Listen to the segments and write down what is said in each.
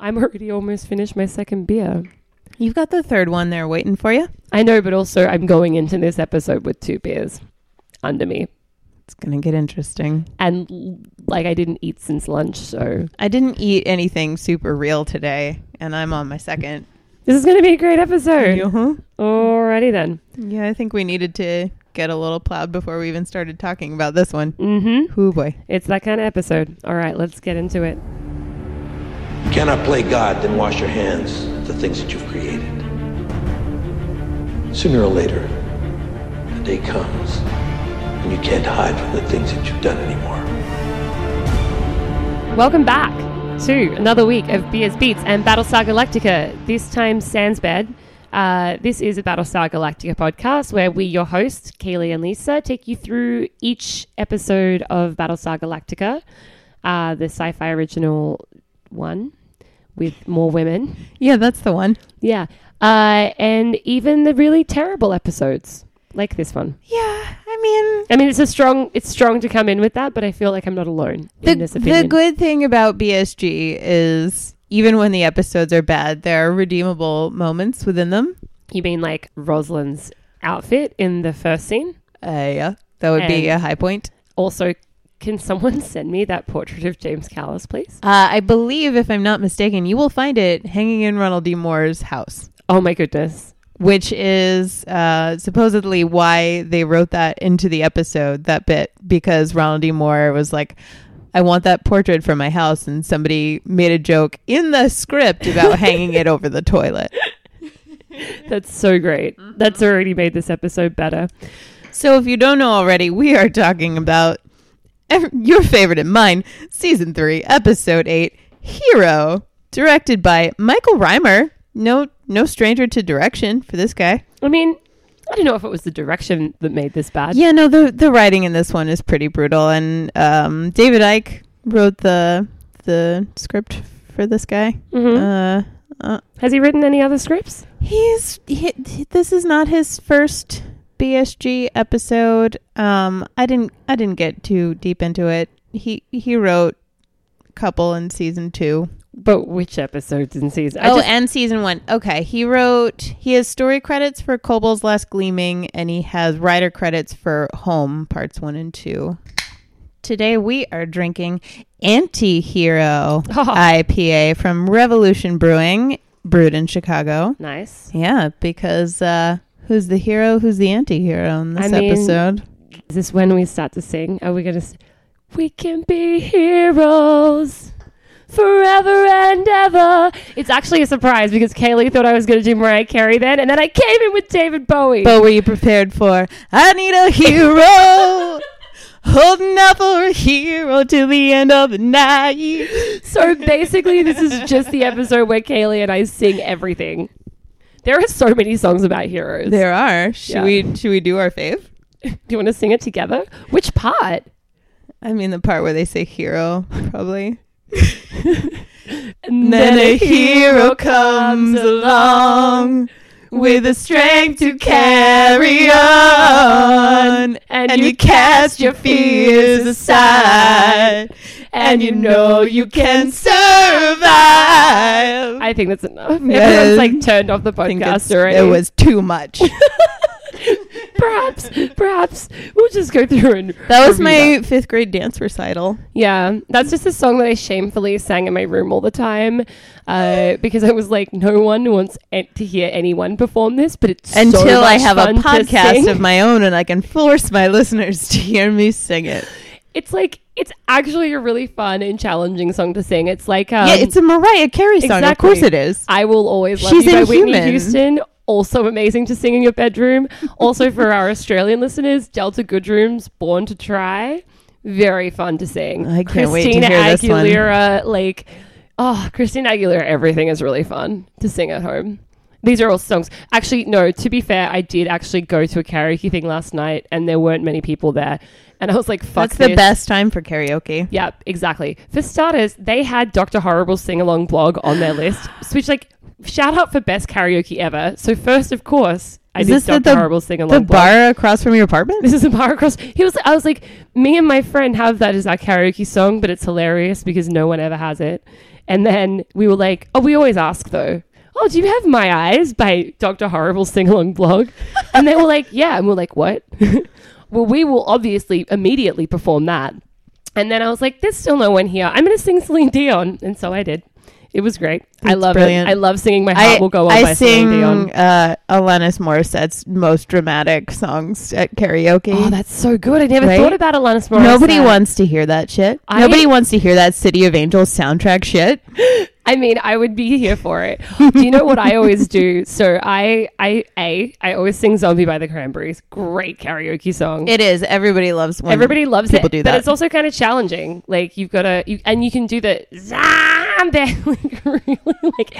I'm already almost finished my second beer. You've got the third one there waiting for you. I know, but also I'm going into this episode with two beers under me. It's going to get interesting. And l- like I didn't eat since lunch, so I didn't eat anything super real today, and I'm on my second. this is going to be a great episode. Uh-huh. Alrighty then. Yeah, I think we needed to get a little plowed before we even started talking about this one. Mm-hmm. Hoo boy. It's that kind of episode. All right, let's get into it. You cannot play God, then wash your hands of the things that you've created. Sooner or later, the day comes and you can't hide from the things that you've done anymore. Welcome back to another week of Beers Beats and Battlestar Galactica. This time, Sans Bed. Uh, this is a Battlestar Galactica podcast where we, your hosts, Kaylee and Lisa, take you through each episode of Battlestar Galactica, uh, the sci fi original one with more women. Yeah, that's the one. Yeah. Uh, and even the really terrible episodes like this one. Yeah, I mean, I mean, it's a strong, it's strong to come in with that, but I feel like I'm not alone the, in this opinion. the good thing about BSG is even when the episodes are bad, there are redeemable moments within them. You mean like Rosalind's outfit in the first scene? Uh, yeah, that would be a And- high point. Also, can someone send me that portrait of James Callis, please? Uh, I believe, if I'm not mistaken, you will find it hanging in Ronald D. Moore's house, Oh my goodness. which is uh, supposedly why they wrote that into the episode, that bit, because Ronald D. Moore was like, I want that portrait for my house. And somebody made a joke in the script about hanging it over the toilet. That's so great. That's already made this episode better. So, if you don't know already, we are talking about ev- your favorite and mine, season three, episode eight, Hero, directed by Michael Reimer. No, no stranger to direction for this guy. I mean, I don't know if it was the direction that made this bad. Yeah, no, the the writing in this one is pretty brutal, and um, David Icke wrote the the script for this guy. Mhm. Uh, uh, Has he written any other scripts? He's he, this is not his first BSG episode. Um, I didn't I didn't get too deep into it. He he wrote a couple in season two. But which episodes and seasons? I oh, just- and season one. Okay, he wrote. He has story credits for Cobalt's Last Gleaming, and he has writer credits for Home Parts One and Two. Today we are drinking Anti-Hero IPA from Revolution Brewing, brewed in Chicago. nice. Yeah, because uh, who's the hero? Who's the anti-hero in this I mean- episode? Is this when we start to sing? Are we going to s We can be heroes forever and ever. It's actually a surprise because Kaylee thought I was going to do Mariah Carey then, and then I came in with David Bowie. But were you prepared for? I need a hero, holding out for a hero till the end of the night. So basically, this is just the episode where Kaylee and I sing everything. There are so many songs about heroes. There are. Should Yeah. we? Should we do our fave? Do you want to sing it together? Which part? I mean, the part where they say hero, probably. And then a hero comes along with the strength to carry on. And, And you cast your fears aside, and you know you can survive. I think that's enough. Yeah. Everyone's like turned off the think podcast it's- already. it was too much. perhaps, perhaps we'll just go through and That was review my fifth grade dance recital. Yeah, that's just a song that I shamefully sang in my room all the time uh, because I was like, no one wants an- to hear anyone perform this, but it's so Until I much have a fun to sing. podcast of my own and I can force my listeners to hear me sing it. It's like it's actually a really fun and challenging song to sing. It's like um, yeah, it's a Mariah Carey song. Of exactly. course it is. I will always love She's you by Inhuman. Whitney Houston. Also amazing to sing in your bedroom. Also for our Australian listeners, Delta Goodroom's "Born to Try," very fun to sing. I can't wait to Christina hear this one. Aguilera, like, oh, Christina Aguilera. Everything is really fun to sing at home. These are all songs. Actually, no. To be fair, I did actually go to a karaoke thing last night, and there weren't many people there. And I was like, "Fuck That's the this. best time for karaoke. Yeah, exactly. For starters, they had Dr. Horrible's sing along blog on their list, which, like, shout out for best karaoke ever. So, first, of course, I Is did this Dr. at the- Horrible's sing along The blog. bar across from your apartment? This is a bar across. He was, I was like, me and my friend have that as our karaoke song, but it's hilarious because no one ever has it. And then we were like, oh, we always ask though. Oh, do you have My Eyes by Dr. Horrible's sing along blog? And they were like, yeah. And we're like, what? well, we will obviously immediately perform that. And then I was like, there's still no one here. I'm going to sing Celine Dion. And so I did. It was great. I That's love brilliant. it. I love singing My Heart I, Will Go On I by sing Celine Dion. uh, Alanis Morissette's most dramatic songs at karaoke. Oh, that's so good. I never Right? thought about Alanis Morissette. Nobody wants to hear that shit. I- Nobody wants to hear that City of Angels soundtrack shit. I mean, I would be here for it. Do you know what I always do? So I, I, a, I always sing "Zombie" by the Cranberries. Great karaoke song. It is. Everybody loves when Everybody loves people it, do but that. it's also kind of challenging. Like you've got to, you, and you can do the zombie, like really, like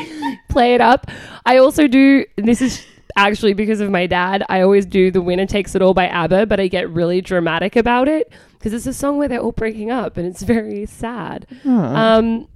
play it up. I also do. and This is actually because of my dad. I always do the "Winner Takes It All" by ABBA, but I get really dramatic about it because it's a song where they're all breaking up, and it's very sad. Um,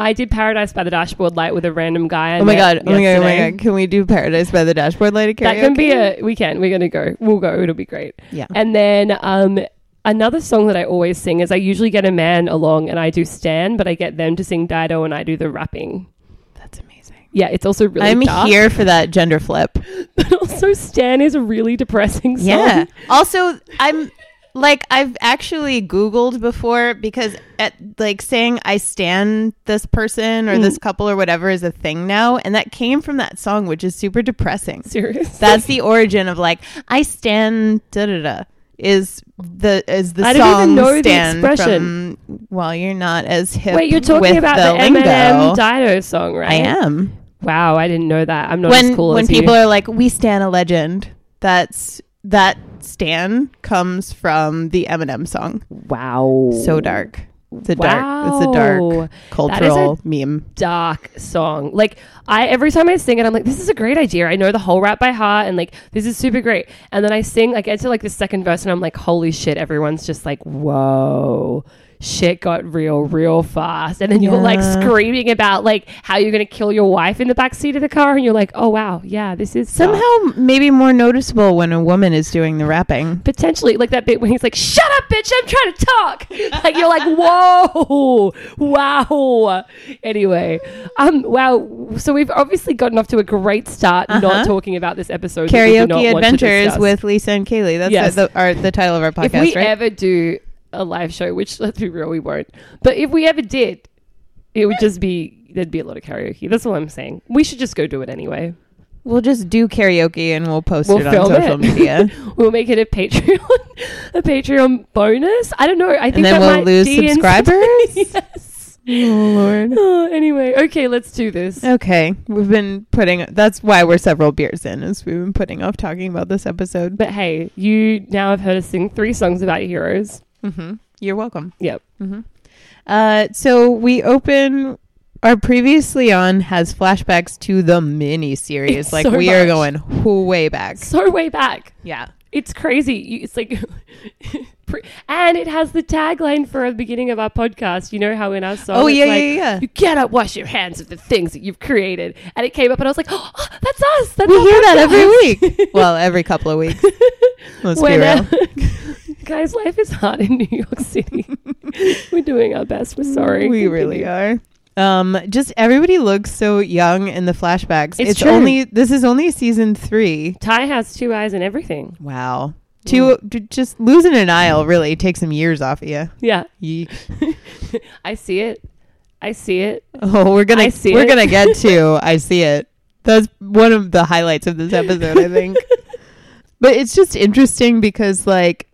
I did "Paradise by the Dashboard Light" with a random guy. I Oh my met god! Oh my god! Oh my yesterday. god! Can we do Paradise by the Dashboard Light at karaoke? That can be a we can. We're gonna go. We'll go. It'll be great. Yeah. And then um another song that I always sing is I usually get a man along and I do Stan, but I get them to sing Dido and I do the rapping. That's amazing. Yeah, it's also really I'm dark, here for that gender flip. But also Stan is a really depressing song. Yeah. Also, I'm like I've actually Googled before because at like saying I stand this person or Mm. this couple or whatever is a thing now, and that came from that song, which is super depressing. Serious. That's the origin of like I stand da da da is the is the I didn't even song know the stand expression. from well you're not as hip Wait, you're talking with about the, the, lingo. Eminem Dido song, right? I am Wow, I didn't know that. I'm not when as cool when as people you. are like we stand a legend that's that stan comes from the eminem song wow, so dark it's a dark it's a Wow. dark That is a cultural meme dark song. Like I every time I sing it, I'm like, this is a great idea. I know the whole rap by heart, and like this is super great. And then I sing, I get to like the second verse, and I'm like, holy shit! Everyone's just like, whoa. Shit got real, real fast, and then you're like Yeah. screaming about like how you're gonna kill your wife in the back seat of the car, and you're like, "Oh wow, yeah, this is dark. somehow maybe more noticeable when a woman is doing the rapping potentially like that bit when he's like, "Shut up, bitch! I'm trying to talk." Like you're like, "Whoa, wow." Anyway, um, wow. So we've obviously gotten off to a great start Uh-huh. not talking about this episode. that we do not karaoke want to adventures discuss. with lisa and kaylee that's Yes. the, the, our, the title of our If podcast we right ever do a live show, which let's be real, we won't. But if we ever did, it would just be there'd be a lot of karaoke. That's all I'm saying. We should just go do it anyway. we'll just do karaoke and we'll post We'll it on film social it. media We'll make it a Patreon, a Patreon bonus. I don't know. I think and then that we'll might lose be in- subscribers yes. oh lord Oh, anyway, okay, let's do this. Okay, we've been putting. That's why we're several beers in, is we've been putting off talking about this episode. But hey, you now have heard us sing three songs about heroes. Mm-hmm. You're welcome. Yep. Mm-hmm. Uh, so we open. Our previously on has flashbacks to the mini series. It's Like so we are much. going wh- way back. So way back. Yeah. It's crazy. You- It's like, pre- and it has the tagline for the beginning of our podcast. You know how in our song, Oh, it's yeah, like, yeah, yeah. you cannot wash your hands of the things that you've created. And it came up, and I was like, oh, that's us. That's We our hear that every podcast." week. well, every couple of weeks. Let's be When, real. uh, guys, life is hard in New York City. We're doing our best. We're sorry. We really Continue. are. Um, just everybody looks so young in the flashbacks. It's true. only this is only season three. Ty has two eyes and everything. Wow. Two, d- just losing an aisle really takes some years off of you. Yeah, Yeek. I see it. I see it. Oh, we're gonna I see we're it. gonna get to I see it. That's one of the highlights of this episode, I think. but it's just interesting because like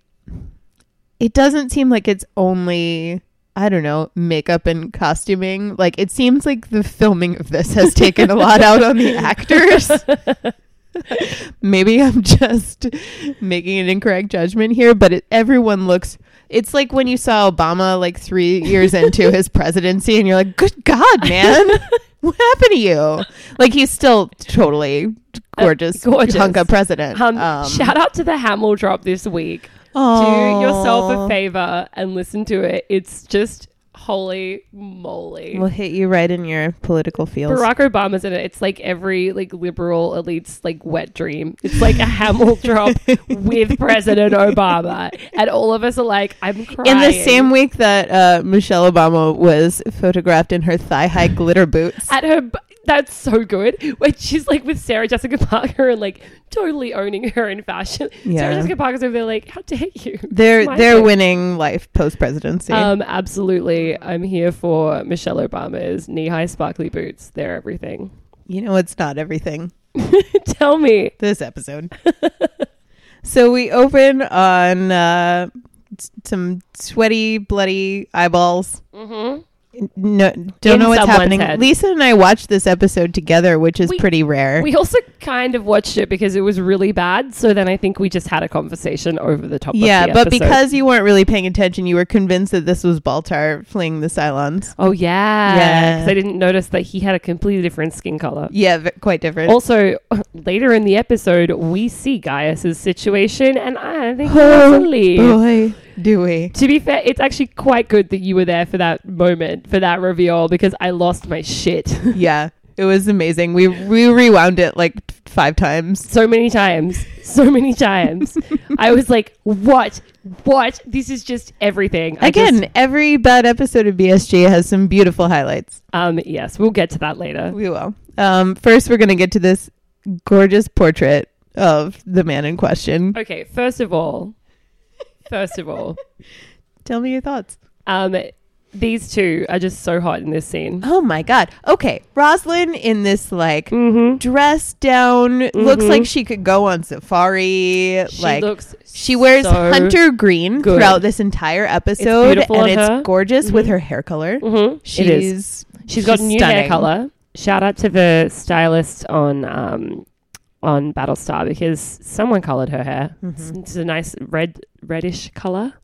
it doesn't seem like it's only I don't know makeup and costuming. Like it seems like the filming of this has taken a lot out on the actors. Maybe I'm just making an incorrect judgment here, but it, everyone looks. It's like when you saw Obama like three years into his presidency, and you're like, "Good God, man, what happened to you?" Like he's still totally gorgeous, Uh, gorgeous. hunk of president. Um, Um, shout out to the Hamill drop this week. Do aw. yourself a favor and listen to it. It's just holy moly. We'll hit you right in your political fields. Barack Obama's in it. It's like every like liberal elite's like wet dream. It's like a Hamill drop with President Obama, and all of us are like, I'm crying. in the same week that uh, Michelle Obama was photographed in her thigh high glitter boots. at her. b- That's so good. When she's like with Sarah Jessica Parker and like totally owning her in fashion. Sarah Yeah. Jessica Parker's over there like, how dare you? They're My they're turn. winning life post presidency. Um, absolutely. I'm here for Michelle Obama's knee high sparkly boots. They're everything. you know, it's not everything. Tell me. This episode. so we open on uh, s- some sweaty, bloody eyeballs. Mm-hmm. No, don't In know what's someone's happening. head. Lisa and I watched this episode together, which is We- pretty rare. We also kind of watched it because it was really bad. So then I think we just had a conversation over the top. yeah, of the but episode. because you weren't really paying attention, you were convinced that this was Baltar fleeing the Cylons. oh yeah, Yeah. 'Cause I didn't notice that he had a completely different skin color. Yeah, v- quite different. Also, later in the episode, we see Gaius's situation, and I think that's a lead. boy, do we? To be fair, it's actually quite good that you were there for that moment, for that reveal, because I lost my shit Yeah, it was amazing. We we rewound it like t- five times. so many times. So many times. I was like, what? What? This is just everything. I just- Again, every bad episode of BSG has some beautiful highlights. Um, yes, we'll get to that later. We will. Um, first, we're gonna get to this gorgeous portrait of the man in question. Okay, first of all, first of all, Tell me your thoughts. um, these two are just so hot in this scene. Oh my god. Okay, Roslyn in this like Mm-hmm. dress down looks Mhm. like she could go on safari. She like looks. she wears so hunter green good. throughout this entire episode, beautiful and on it's her. gorgeous with Mhm. her hair color. Mhm. She's It is. She's got new hair Mm-hmm. stunning. color. Shout out to the stylist on um, on Battlestar because someone colored her hair. Mm-hmm. It's, it's a nice red reddish color.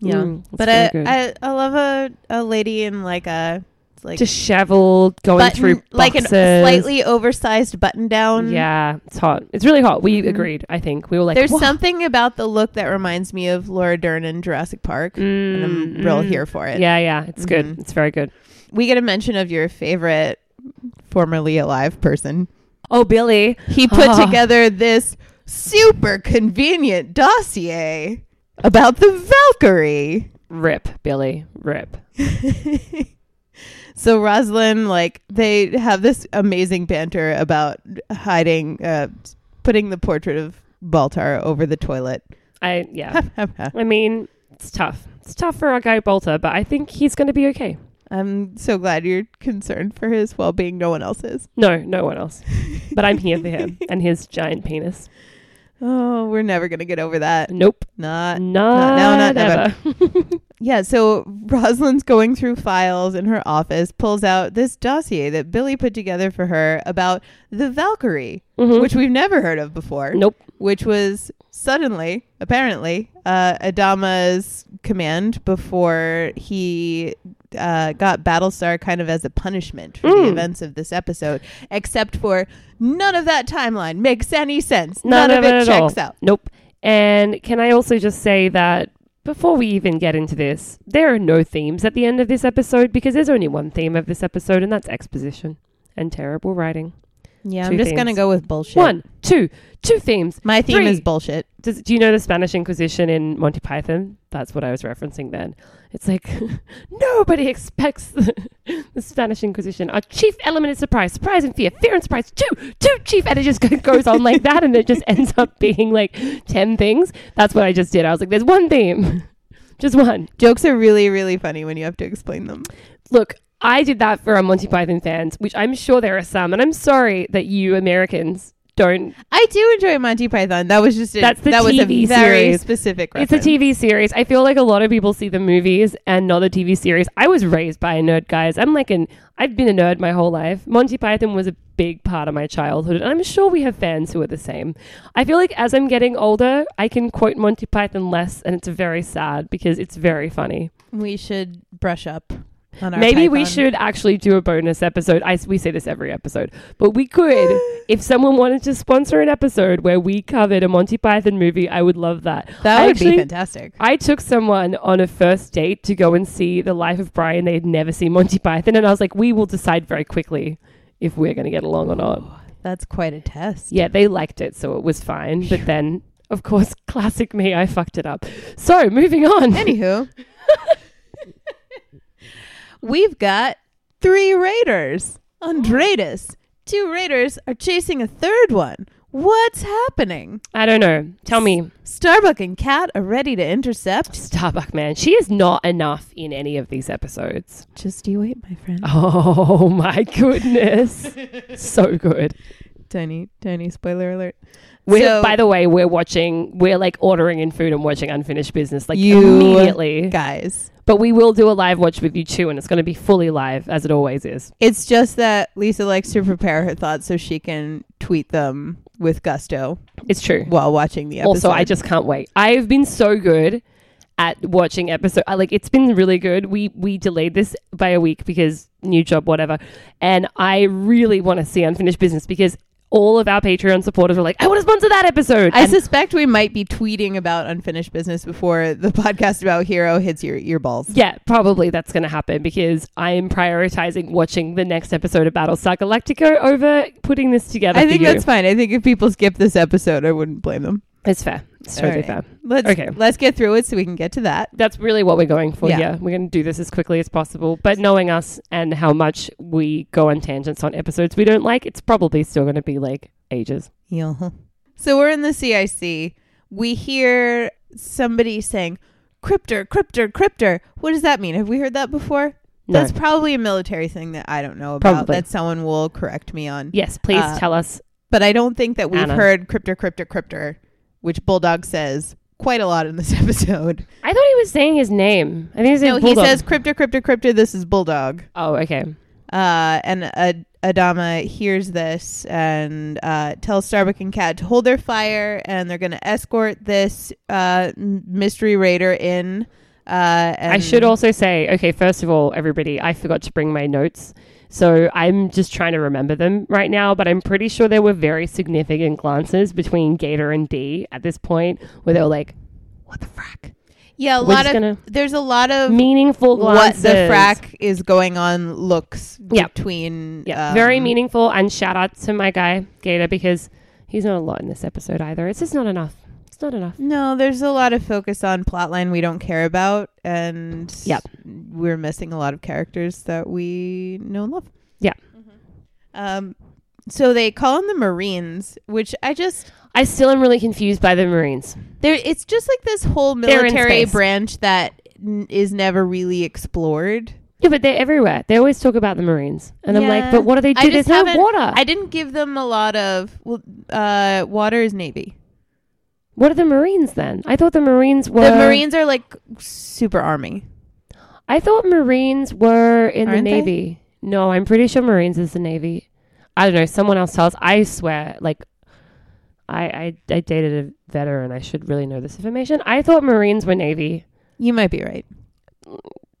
Yeah, Mm, that's but very I, good. I I love a a lady in like a it's like disheveled, going button- through boxes. like a slightly oversized button down. Yeah, it's hot. It's really hot. We Mhm. agreed. I think we were like, There's "Whoa." something about the look that reminds me of Laura Dern in Jurassic Park, and I'm Mm, real mm. here for it. Yeah, yeah, it's Mhm. good. It's very good. We get a mention of your favorite formerly alive person. Oh, Billy. He put Ah. together this super convenient dossier about the Valkyrie. Rip, Billy. Rip. So Rosalind, like they have this amazing banter about hiding, uh, putting the portrait of Baltar over the toilet. I yeah. I mean, it's tough. It's tough for our guy Bolter, but I think he's going to be okay. I'm so glad you're concerned for his well being. No one else is. No, no one else. But I'm here for him and his giant penis. Oh, we're never gonna get over that. Nope. Not. Not, now, not ever. Yeah. So Rosalind's going through files in her office, pulls out this dossier that Billy put together for her about the Valkyrie, Mhm. which we've never heard of before. Nope. which was suddenly, apparently, uh, Adama's command before he uh, got Battlestar kind of as a punishment for the Mm. events of this episode, except for none of that timeline makes any sense. None, None, of, it, at checks all. out. Nope. And can I also just say that before we even get into this, there are no themes at the end of this episode because there's only one theme of this episode, and that's exposition and terrible writing. Yeah, i Two I'm just going to themes. go with bullshit. One, two, two themes. My theme Three. is bullshit. Does, do you know the Spanish Inquisition in Monty Python? That's what I was referencing then. It's like nobody expects the, the Spanish Inquisition. Our chief element is surprise, surprise and fear, fear and surprise. Two, two chief, and it just go- goes on like that, and it just ends up being like ten things. That's what I just did. I was like, there's one theme, just one. Jokes are really, really funny when you have to explain them. Look, I did that for our Monty Python fans, which I'm sure there are some, and I'm sorry that you Americans don't I do enjoy Monty Python. That was just a, That's the that was a TV very series. specific It's reference. a TV series. I feel like a lot of people see the movies and not the TV series. I was raised by a nerd, guys. I'm like an I've been a nerd my whole life. Monty Python was a big part of my childhood, and I'm sure we have fans who are the same. I feel like as I'm getting older, I can quote Monty Python less, and it's very sad because it's very funny. We should brush up. on our Maybe we Python. should actually do a bonus episode. I, we say this every episode, but we could, if someone wanted to sponsor an episode where we covered a Monty Python movie, I would love that. That I would actually- be fantastic. I took someone on a first date to go and see The Life of Brian. They had never seen Monty Python, and I was like, we will decide very quickly if we're going to get along or not. That's quite a test. Yeah, they liked it, so it was fine. But then, of course, classic me, I fucked it up. So moving on. Anywho, we've got three raiders on Dratus. Two raiders are chasing a third one. What's happening? I don't know. Tell me, Starbuck and Cat are ready to intercept. Starbuck man, she is not enough in any of these episodes. Just you wait, my friend. Oh my goodness, so good. Tiny, tiny spoiler alert. We're, So- by the way, we're watching. We're like ordering in food and watching Unfinished Business like You immediately. Guys, But we will do a live watch with you too, and it's going to be fully live as it always is. it's just that Lisa likes to prepare her thoughts so she can tweet them with gusto It's true. while watching the episode. Also, I just can't wait. I've been so good at watching episode. I, like it's been really good. We we delayed this by a week because new job, whatever. And I really want to see unfinished business because all of our Patreon supporters were like, "I want to sponsor that episode." I And suspect we might be tweeting about unfinished business before the podcast about Hero hits your earballs. yeah, probably that's going to happen because I am prioritizing watching the next episode of Battlestar Galactica over putting this together. I for think you. that's fine. I think if people skip this episode, I wouldn't blame them. it's fair. It's totally All fair. right. Let's Okay. let's get through it so we can get to that. that's really what we're going for. Yeah. Yeah. We're going to do this as quickly as possible. But knowing us and how much we go on tangents on episodes we don't like, it's probably still going to be like ages. Yeah. So we're in the CIC. We hear somebody saying, "Cryptor, cryptor, cryptor." What does that mean? Have we heard that before? No. That's probably a military thing that I don't know about. Probably. That someone will correct me on. yes, please Uh, tell us. But I don't think that we've Anna. heard cryptor, cryptor, cryptor, which Bulldog says quite a lot in this episode. I thought he was saying his name. I think he's saying No, Bulldog. he says crypto, crypto, crypto. This is bulldog. Oh, okay. Uh, and Ad- Adama hears this and uh, tells Starbuck and Cat to hold their fire, and they're going to escort this uh, m- mystery raider in. Uh, and I should also say, okay, first of all, everybody, I forgot to bring my notes. So I'm just trying to remember them right now, but I'm pretty sure there were very significant glances between Gator and D at this point where they were like, what the frack? yeah, a We're lot just of gonna- there's a lot of Meaningful what glances. the frack is going on looks Yeah. between. Yeah, um, very meaningful. And shout out to my guy Gator because he's not a lot in this episode either. It's just not enough. It's not enough. No, there's a lot of focus on plotline we don't care about, and Yep. we're missing a lot of characters that we know and love. Mm-hmm. Yeah. Um, so they call in the Marines, which I just I still am really confused by the Marines. there. It's just like this whole They're in military space. branch that n- is never really explored. Yeah, but they're everywhere. They always talk about the Marines, and I'm Yeah. like, but what do they I do? just There's no haven't- water. I didn't give them a lot of. Well, uh, water is Navy. what are the Marines then? I thought the Marines were. the Marines are like super army. I thought Marines were in the Aren't they? Navy. No, I'm pretty sure Marines is the Navy. I don't know. Someone else tells. I swear, like, I I, I dated a veteran. I should really know this information. I thought Marines were Navy. You might be right.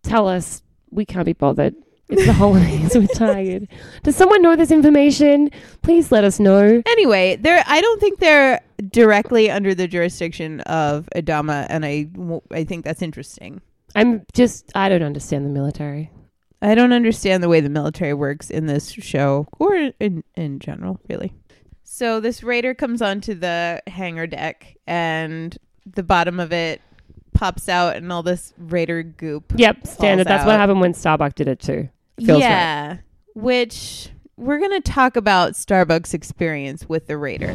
tell us we can't be bothered. It's the holidays. We're tired. Does someone know this information? Please let us know. Anyway, they're I don't think they're directly under the jurisdiction of Adama, and I, w- I think that's interesting. I'm just, I don't understand the military. I don't understand the way the military works in this show or in, in general, really. So this raider comes onto the hangar deck, and the bottom of it pops out, and all this raider goop. Yep, standard. Falls That's what out. happened when Starbuck did it too. Feels right. yeah, which we're gonna talk about Starbucks experience with the raider.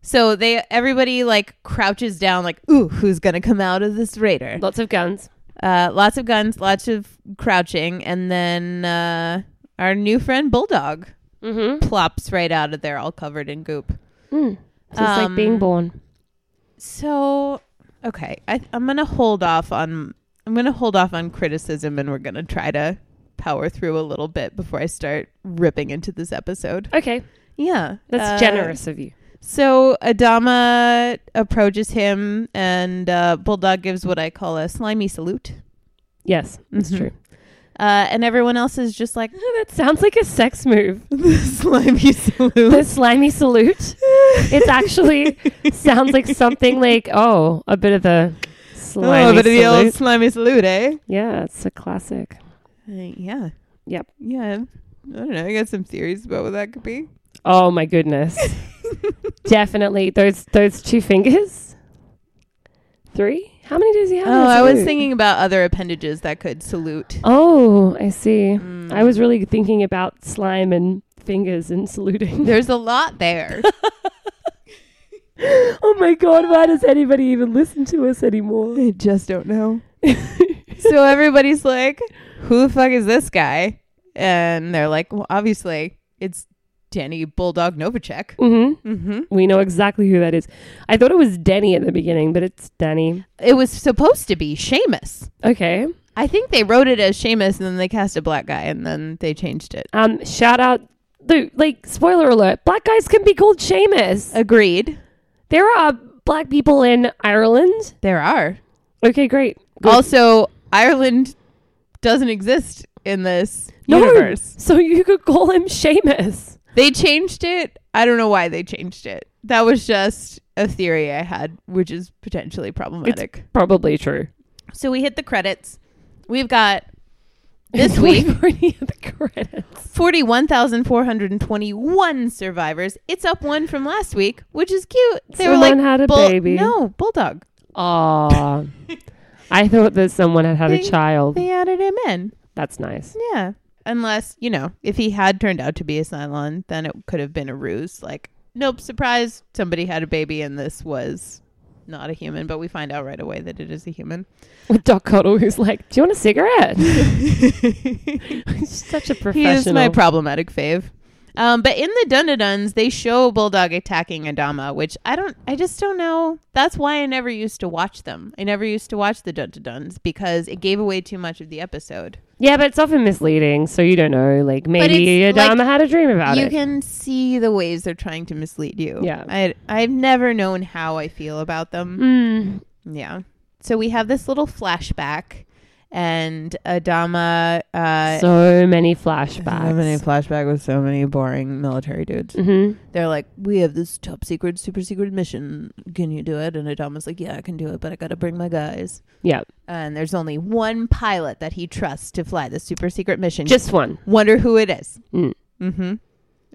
so they everybody like crouches down, like, ooh, who's gonna come out of this raider? Lots of guns. Uh, lots of guns, lots of crouching, and then uh, our new friend Bulldog Mm-hmm. plops right out of there, all covered in goop. Mm. Just Um, like being born. So, okay, I, I'm gonna hold off on I'm gonna hold off on criticism, and we're gonna try to power through a little bit before I start ripping into this episode. Okay, Yeah, that's Uh, generous of you. So Adama approaches him, and uh, Bulldog gives what I call a slimy salute. Yes, that's Mhm. true. Uh, and everyone else is just like, That sounds like a sex move. the slimy The salute. slimy salute. It's actually sounds like something like oh, a bit of the slimy oh, but the salute. old slimy salute, eh? yeah, it's a classic. Uh, yeah. Yep. Yeah. I don't know. I got some theories about what that could be. Oh my goodness. Definitely those those two fingers. Three? How many does he have? in Oh, a I was salute? thinking about other appendages that could salute. Oh, I see. Mm. I was really thinking about slime and fingers and saluting. There's a lot there. oh my god, why does anybody even listen to us anymore? I just don't know. so everybody's like, who the fuck is this guy? And they're like, well, obviously, it's Danny Bulldog Novacek. hmm Mm-hmm. We know exactly who that is. I thought it was Denny at the beginning, but it's Danny. It was supposed to be Seamus. Okay. I think they wrote it as Seamus and then they cast a black guy and then they changed it. Um, shout out the like spoiler alert, black guys can be called Seamus. Agreed. There are black people in Ireland. There are. Okay, great. Good. Also, Ireland doesn't exist in this No, universe. So you could call him Seamus. They changed it. I don't know why they changed it. That was just a theory I had, which is potentially problematic. Probably true. so we hit the credits. We've got this week We've already had the credits. 41,421 survivors. It's up one from last week, which is cute. They were Someone like, had a "Bull- baby." No, bulldog. Aw. I thought that someone had had a They- child. They added him in. That's nice. Yeah. Unless, you know, if he had turned out to be a Cylon, then it could have been a ruse. Like, nope, surprise, somebody had a baby and this was not a human, but we find out right away that it is a human. With Doc Cottle, who's like, "Do you want a cigarette?" he He's such a professional. is my problematic fave. Um, but in the Dundaduns, they show Bulldog attacking Adama, which I don't, I just don't know. That's why I never used to watch them. I never used to watch the Dundaduns because it gave away too much of the episode. yeah, but it's often misleading, so you don't know. Like maybe it's, like, Adama had a dream about you it. can see the ways they're trying to mislead you. Yeah. I, I've never known how I feel about them. Mm. Yeah. So we have this little flashback, and Adama. Uh, so many so many flashbacks. flashback with so many boring military dudes. mm-hmm. They're like, "We have this top secret, super secret mission. Can you do it?" And Adama's like, "Yeah, I can do it, but I gotta bring my guys." Yeah, And there's only one pilot that he trusts to fly the super secret mission. just one. Wonder who it is. Mm. Mm-hmm.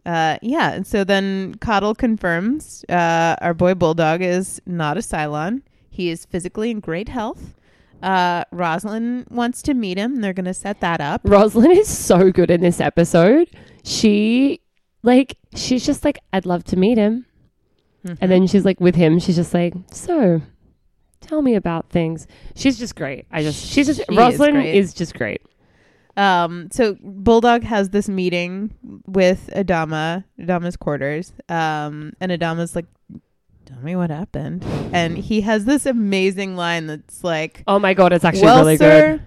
Uh, yeah. And so then Coddle confirms uh, our boy Bulldog is not a Cylon. He is physically in great health. Uh, Rosalind wants to meet him. They're going to set that up. Rosalind is so good in this episode. She like she's just like, I'd love to meet him. Mhm. And then she's like with him, she's just like, So tell me about things. She's just great. I just she's just She is Rosalind great. is, just great. Um, so Bulldog has this meeting with Adama, Adama's quarters. Um, and Adama's like, tell me what happened. And he has this amazing line that's like, Oh my god, it's actually well, really sir, good.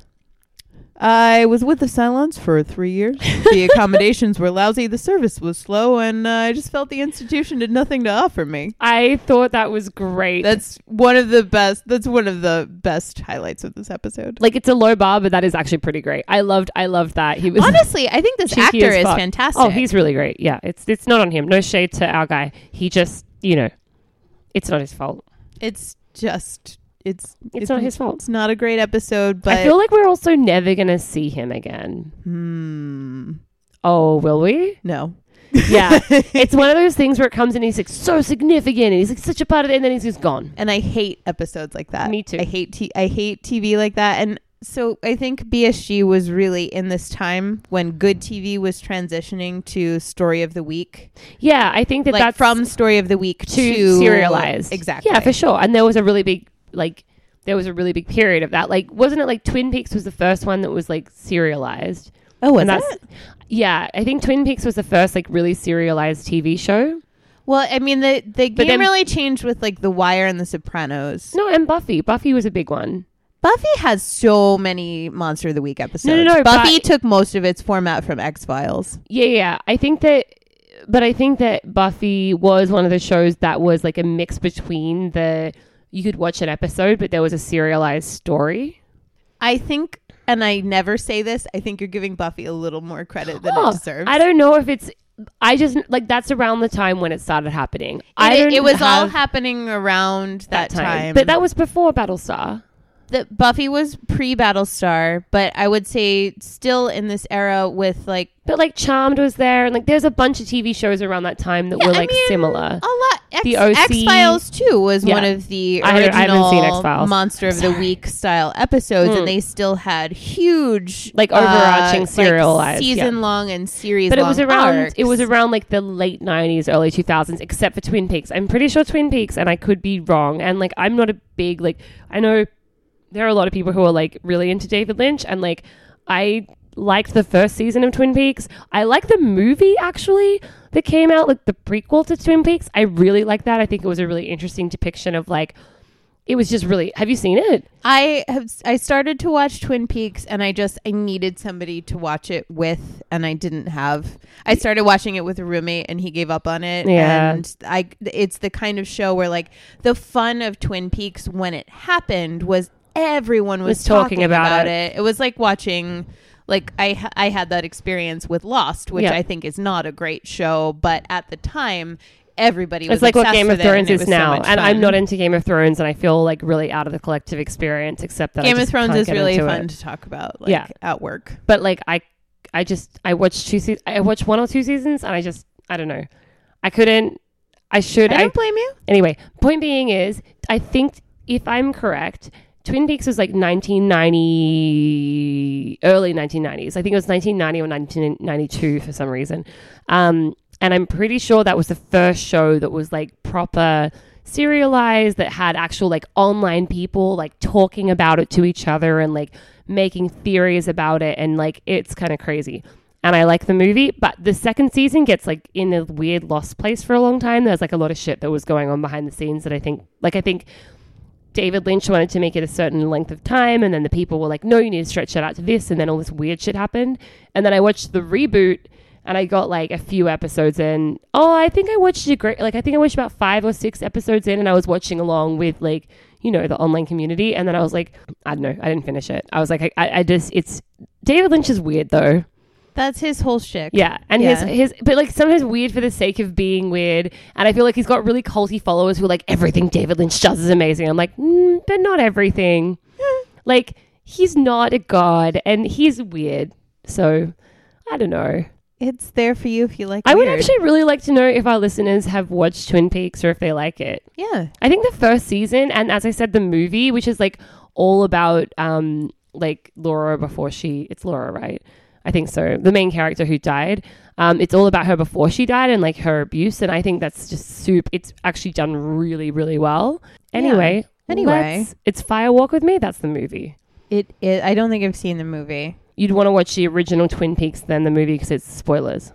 I was with the Cylons for three years. The accommodations were lousy, the service was slow, and uh, I just felt the institution did nothing to offer me. I thought that was great. That's one of the best. That's one of the best highlights of this episode. like it's a low bar, but that is actually pretty great. I loved I loved that. He was Honestly, I think this Cheeky actor as is fuck. fantastic. Oh, he's really great. Yeah, it's it's not on him. No shade to our guy. He just, you know, it's not his fault. it's just it's It's, not his fault. It's not a great episode, but I feel like we're also never gonna see him again. hmm, Oh, will we? no. Yeah. it's one of those things where it comes in and he's like so significant and he's like such a part of it and then he's just gone. and I hate episodes like that. Me too. I hate t- I hate TV like that. And so I think BSG was really in this time when good TV was transitioning to story of the week, Yeah, I think that like that's from story of the week too to serialized. Exactly. Yeah, for sure. And there was a really big like there was a really big period of that. Like wasn't it like Twin Peaks was the first one that was like serialized? Oh, was and that's it? yeah, I think Twin Peaks was the first like really serialized TV show. Well, I mean the the game then- really changed with like The Wire and The Sopranos. No, and Buffy. Buffy was a big one. Buffy has so many Monster of the Week episodes. no, Buffy but- took most of its format from X Files. Yeah, yeah. I think that, but I think that Buffy was one of the shows that was like a mix between the you could watch an episode, but there was a serialized story. I think, and I never say this, I think you're giving Buffy a little more credit than Oh, it deserves. I don't know if it's. I just like that's around the time when it started happening. I It, don't it was all have happening around that, time. but that was before Battlestar. the Buffy was pre Battlestar, but I would say still in this era with like But like Charmed was there, and like there's a bunch of TV shows around that time that Yeah, were I like mean, similar. a lot. X, The OC. Files too was Yeah. one of the I haven't- original I haven't seen X-Files. Hmm. Monster of the Week style episodes, and they still had huge, Like, overarching serialized, yeah. season long and series. But it was around it was around like the late '90s, early 2000s, except for Twin Peaks. I'm pretty sure Twin Peaks, and I could be wrong. And like I'm not a big like I know there are a lot of people who are like really into David Lynch, and like I liked the first season of Twin Peaks. I like the movie actually that came out, like the prequel to Twin Peaks. I really like that. I think it was a really interesting depiction of like it was just really. Have you seen it? I have I started to watch Twin Peaks, and I just I needed somebody to watch it with, and I didn't have. I started watching it with a roommate, and he gave up on it. Yeah. and I it's the kind of show where like the fun of Twin Peaks when it happened was everyone was, Was talking about it. it. was like watching. Like I, ha- I had that experience with Lost, which Yeah. I think is not a great show, but at the time, everybody was it's like what obsessed Game of with it, and Thrones it is was so now, much and I'm fun. not into Game of Thrones, and I feel like really out of the collective experience. Except that I Game of just Thrones can't is get really into fun it. to talk about, like Yeah. at work. but like I, I just I watched two se- I watched one or two seasons, and I just I don't know, I couldn't. I should. I I, don't blame you. anyway. Point being is, I think if I'm correct, Twin Peaks was like 1990, early 1990s. I think it was 1990 or 1992 for some reason. Um, and I'm pretty sure that was the first show that was like proper serialized that had actual like online people like talking about it to each other and like making theories about it and like it's kind of crazy. And I like the movie, but the second season gets like in a weird lost place for a long time. There's like a lot of shit that was going on behind the scenes that I think like I think David Lynch wanted to make it a certain length of time, and then the people were like, "No, you need to stretch it out to this," and then all this weird shit happened. And then I watched the reboot, and I got like a few episodes in. Oh, I think I watched a great, like I think I watched about five or six episodes in, and I was watching along with like you know the online community, and then I was like, I don't know, I didn't finish it. I was like, I, I I just it's David Lynch is weird though. That's his whole shtick. Yeah, and Yeah. his his but like sometimes weird for the sake of being weird, and I feel like he's got really culty followers who are like everything David Lynch does is amazing. I'm like, mm, but not everything. like he's not a god, and he's weird. So I don't know. It's there for you if you like. I would weird. actually really like to know if our listeners have watched Twin Peaks or if they like it. Yeah. I think the first season, and as I said, the movie, which is like all about um like Laura before she it's Laura, right? I think so. The main character who died. Um, it's all about her before she died and like her abuse, and I think that's just soup. It's actually done really, really well. Anyway, Anyway. let's- it's Fire Walk with Me. That's the movie. It, it. I don't think I've seen the movie. You'd want to watch the original Twin Peaks than the movie because it's spoilers.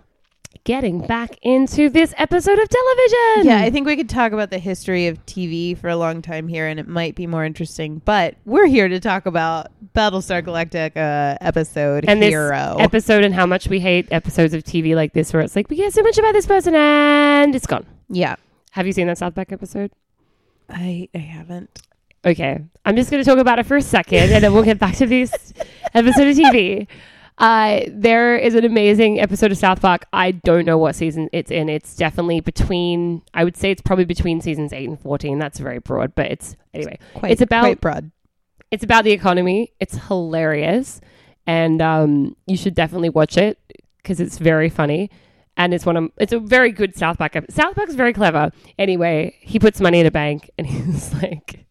Getting back into this episode of television. Yeah, I think we could talk about the history of TV for a long time here, and it might be more interesting. But we're here to talk about Battlestar Galactica episode and this Hero. episode and how much we hate episodes of TV like this where it's like we hear so much about this person and it's gone. yeah, Have you seen that South Park episode? I I haven't. Okay, I'm just going to talk about it for a second and then we'll get back to this episode of TV. Uh, there is an amazing episode of South Park. I don't know what season it's in. It's definitely between, I would say it's probably between seasons 8 and 14. That's very broad, but it's, anyway, Quite, it's about quite broad. it's about the economy. It's hilarious, and um, you should definitely watch it because it's very funny, and it's one of it's a very good South Park. ep- South Park's very clever. Anyway, he puts money in a bank, and he's like,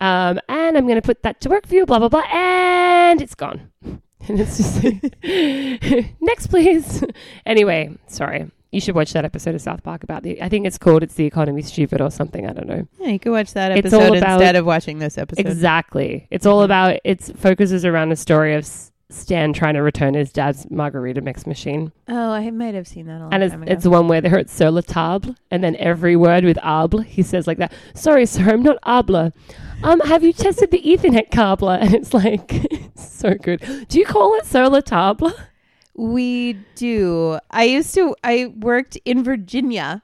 um, "And I'm going to put that to work for you." Blah blah blah, and it's gone. And it's just like, next, please. anyway, sorry. You should watch that episode of South Park about the. I think it's called "It's the Economy Stupid" or something. I don't know. Yeah, you could watch that It's all episode about- instead of watching this episode. Mm-hmm. Exactly. It's all about it's focuses around a story of S- Stan trying to return his dad's margarita mix machine, oh, I might have seen that a long and it's, time ago. it's the one where they're at "Sola table, and then every word with "able" he says like that. Sorry, sir, I'm not abla. Um, have you tested the Ethernet cable? And it's like so good. Do you call it "Sola table? we do. I used to. I worked in Virginia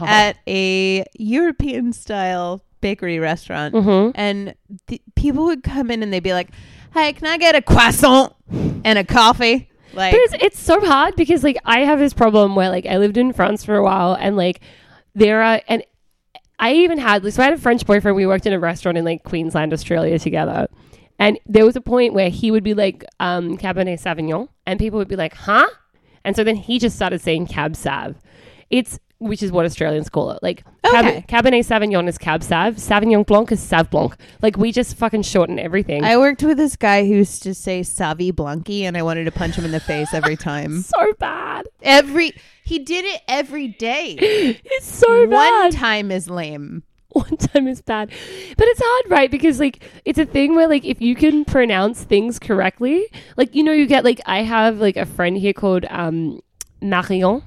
Oh. at a European style bakery restaurant, Mhm. and th- people would come in and they'd be like, "Hey, can I get a croissant and a coffee?" Like, But it's, it's so hard because like I have this problem where like I lived in France for a while and like there are and I even had like so I had a French boyfriend. We worked in a restaurant in like Queensland, Australia together. And there was a point where he would be like um, Cabernet Sauvignon, and people would be like, "Huh?" And so then he just started saying Cab Sav. It's which is what Australians call it. Like Cab- Okay. Cabernet Sauvignon is Cab Sav, Sauvignon Blanc is Sav Blanc. Like we just fucking shorten everything. I worked with this guy who used to say "Savi Blanqui," and I wanted to punch him in the face every time. so bad. every he did it every day. It's so bad. One time is lame. one time is bad. But it's hard, right? Because like it's a thing where like if you can pronounce things correctly, like you know you get like I have like a friend here called um Marion.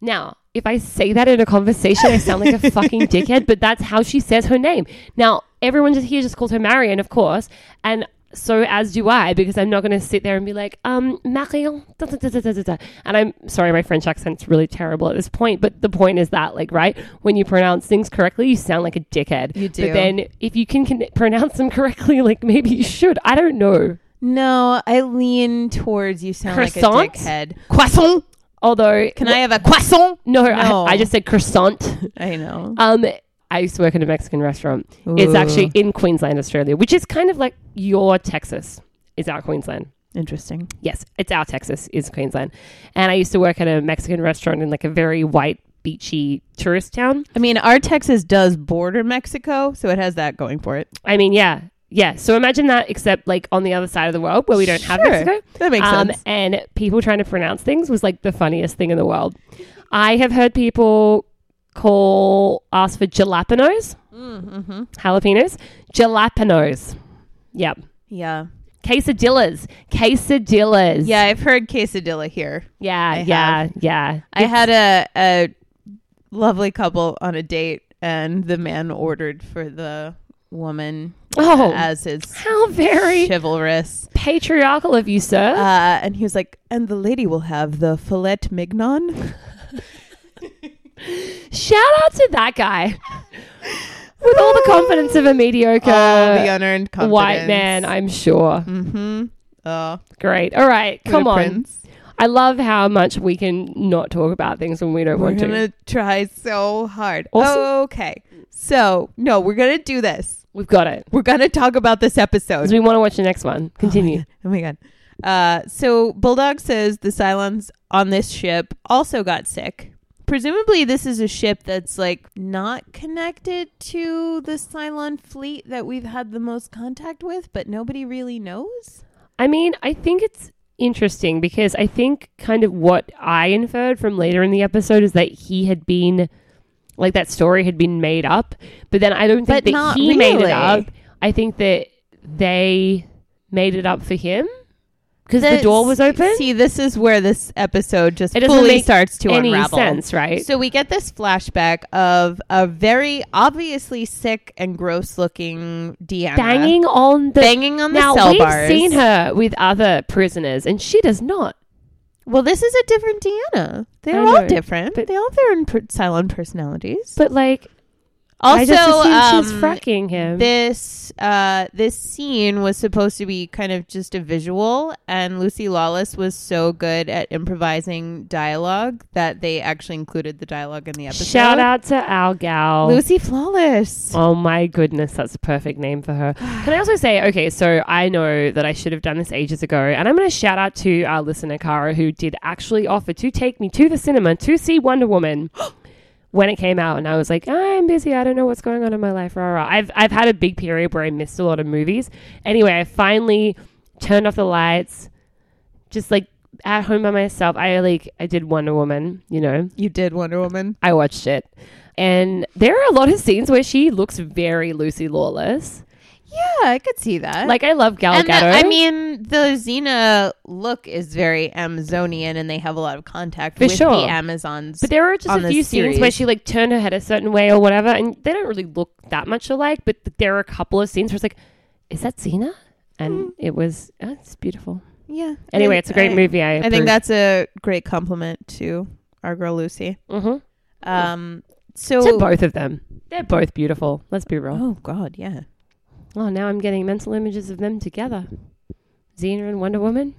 Now, if I say that in a conversation, I sound like a fucking dickhead, but that's how she says her name. Now, everyone just here just calls her Marion, of course, and so as do I, because I'm not going to sit there and be like, um, Marion, da, da, da, da, da, da, da. and I'm sorry, my French accent's really terrible at this point, but the point is that, like, right, when you pronounce things correctly, you sound like a dickhead. You do. But then if you can, con- pronounce them correctly, like maybe you should. I don't know. No, I lean towards you sound Croissant? like a dickhead. Croissant? Although, Can I have a croissant? No, No. I, I just said croissant. I know. Um, I used to work in a Mexican restaurant. It's Ooh. actually in Queensland, Australia, which is kind of like your Texas is our Queensland. Interesting. Yes, it's our Texas is Queensland. And I used to work at a Mexican restaurant in like a very white, beachy tourist town. I mean, our Texas does border Mexico, so it has that going for it. I mean, yeah, yeah. So imagine that, except like on the other side of the world where we don't have Sure. Mexico. That makes um, sense. And people trying to pronounce things was like the funniest thing in the world. I have heard people call ask for jalapenos, Mm-hmm. jalapenos, jalapenos. Yep. Yeah. Quesadillas, quesadillas. Yeah, I've heard quesadilla here. yeah, I yeah, yeah. I had a, a lovely couple on a date, and the man ordered for the woman Oh. as his How very chivalrous. patriarchal of you, sir. Uh, and he was like, and the lady will have the filet mignon. Shout out to that guy with all the confidence of a mediocre. Oh, the unearned confidence. white man, I'm sure. Oh, Great. All right, come the on. prince. I love how much we can not talk about things when we don't We're want to. gonna try so hard. Awesome. okay, so no, we're gonna do this. We've got it. We're gonna talk about this episode. Because we want to watch the next one. Continue. Oh my god. Uh, so Bulldog says the Cylons on this ship also got sick. Presumably, this is a ship that's like not connected to the Cylon fleet that we've had the most contact with, but nobody really knows. I mean, I think it's interesting because I think kind of what I inferred from later in the episode is that he had been, like, that story had been made up. But then I don't think But that not he made it really. up. I think that they made it up for him because the door was open. See, this is where this episode just It doesn't fully make starts to any unravel. sense, right? So we get this flashback of a very obviously sick and gross-looking Deanna banging on the banging on the now cell we've bars. seen her with other prisoners, and she does not. Well, this is a different Deanna. They're I all know, different. but- they all have their own per- Cylon personalities. But like, also, I just assume um, she's fracking him. this uh, this scene was supposed to be kind of just a visual, and Lucy Lawless was so good at improvising dialogue that they actually included the dialogue in the episode. Shout out to our gal. Lucy Flawless. Oh my goodness, that's a perfect name for her. Can I also say, okay, so I know that I should have done this ages ago, and I'm going to shout out to our listener, Cara, who did actually offer to take me to the cinema to see Wonder Woman when it came out. And I was like, I'm busy. I don't know what's going on in my life. Rah, rah. I've, I've had a big period where I missed a lot of movies. Anyway, I finally turned off the lights, just like at home by myself. I like, I did Wonder Woman, you know. You did Wonder Woman. I watched it. And there are a lot of scenes where she looks very Lucy Lawless. Yeah, I could see that. Like I love Gal Uh, and the- Gadot. I mean, the Xena look is very Amazonian, and they have a lot of contact For with sure. the Amazons. but there are just on a this few scenes where series. she like turned her head a certain way or whatever, and they don't really look that much alike. But th- there are a couple of scenes where it's like, "Is that Xena?" And it was, oh, it's beautiful. yeah. Anyway, it's a great Mm. I- movie. I, I think that's a great compliment to our girl Lucy. hmm Um, to so both of them. They're both beautiful. Let's be real. oh god, yeah. Oh, now I'm getting mental images of them together. Xena and Wonder Woman.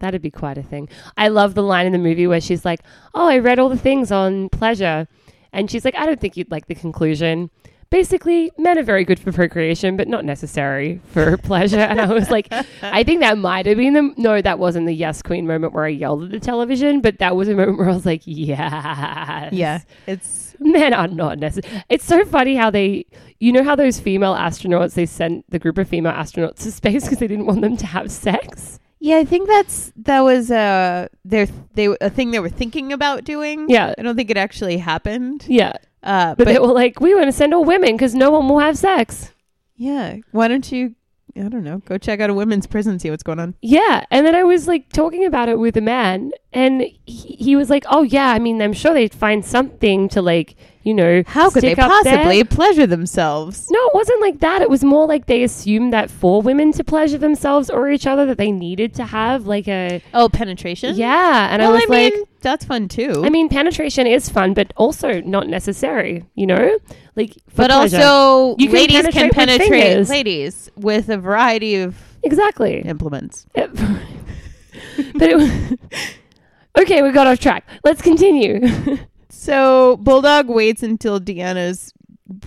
That'd be quite a thing. I love the line in the movie where she's like, "Oh, I read all the things on pleasure," and she's like, "I don't think you'd like the conclusion." Basically, men are very good for procreation, but not necessary for pleasure. And I was like, I think that might have been the no, that wasn't the yes queen moment where I yelled at the television, but that was a moment where I was like, yes, Yeah. It's men are not necessary. It's so funny how they, you know, how those female astronauts they sent the group of female astronauts to space because they didn't want them to have sex. yeah. I think that's that was uh their they a thing they were thinking about doing. Yeah. I don't think it actually happened. Yeah, Uh, but, but, they were like, we want to send all women because no one will have sex. yeah. Why don't you? I don't know. Go check out a women's prison. See what's going on. Yeah, and then I was like talking about it with a man, and he, he was like, "Oh yeah, I mean, I'm sure they'd find something to like, you know, How could they stick up there." possibly pleasure themselves? No, it wasn't like that. It was more like they assumed that for women to pleasure themselves or each other, that they needed to have like a Oh, penetration. yeah. And well, I was I mean, like, that's fun too. I mean, penetration is fun, but also not necessary. You know, like for but pleasure. also, You can ladies penetrate can with penetrate fingers. ladies with a variety of exactly. implements. It- but it was okay. We got off track. Let's continue. So Bulldog waits until Deanna's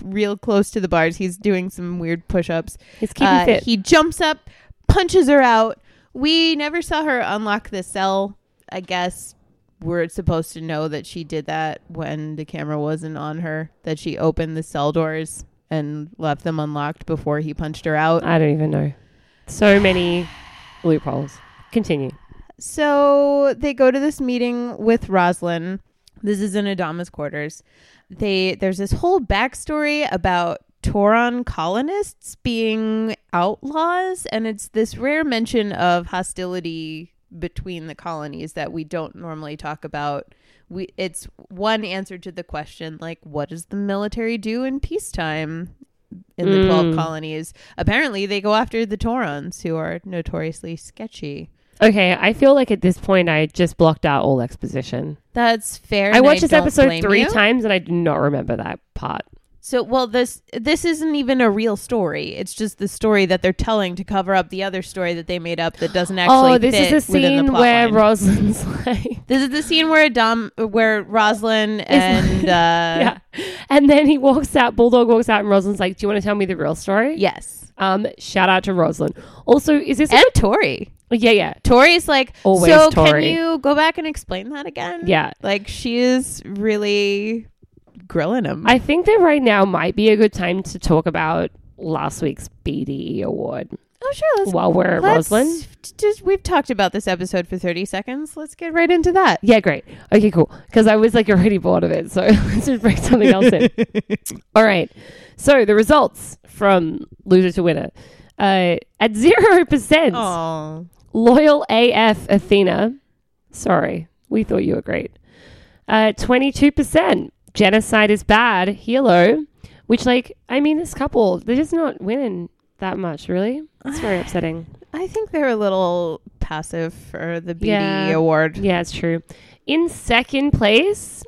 real close to the bars. He's doing some weird push-ups. He's keeping Uh, fit. He jumps up, punches her out. We never saw her unlock the cell. I guess we're supposed to know that she did that when the camera wasn't on her. That she opened the cell doors and left them unlocked before he punched her out. I don't even know. So many loopholes. Continue. So they go to this meeting with Roslyn. This is in Adama's quarters. They there's this whole backstory about Toron colonists being outlaws, and it's this rare mention of hostility between the colonies that we don't normally talk about. We it's one answer to the question like what does the military do in peacetime? In the 12 Mm. colonies. Apparently, they go after the Torons, who are notoriously sketchy. Okay, I feel like at this point I just blocked out all exposition. That's fair. I and watched this don't episode blame three you. times and I do not remember that part. So, well, this this isn't even a real story. It's just the story that they're telling to cover up the other story that they made up that doesn't actually. oh, this fit is a within the scene plot where line. Rosalind's like, this is the scene where Adam, where Roslyn and uh, yeah, and then he walks out. Bulldog walks out, and Rosalind's like, "Do you want to tell me the real story?" yes, Um, shout out to Rosalind. Also, is this? and Tori. yeah, yeah, Tori's like Always So Tori. can you go back and explain that again? yeah. like she is really grilling him. I think that right now might be a good time to talk about last week's BDE award oh, sure. Let's, while we're at let's Roslyn. Just we've talked about this episode for thirty seconds. Let's get right into that. Yeah, great. Okay, cool. Because I was like already bored of it, so let's just bring something else in. All right. So the results from loser to winner. Uh, at zero percent, Oh. loyal AF Athena. Sorry, we thought you were great. Uh, Twenty-two percent. Genocide is bad. Hilo, which like I mean, this couple they're just not winning that much. Really, it's very upsetting. I think they're a little passive for the BDE Yeah. award. Yeah, it's true. In second place,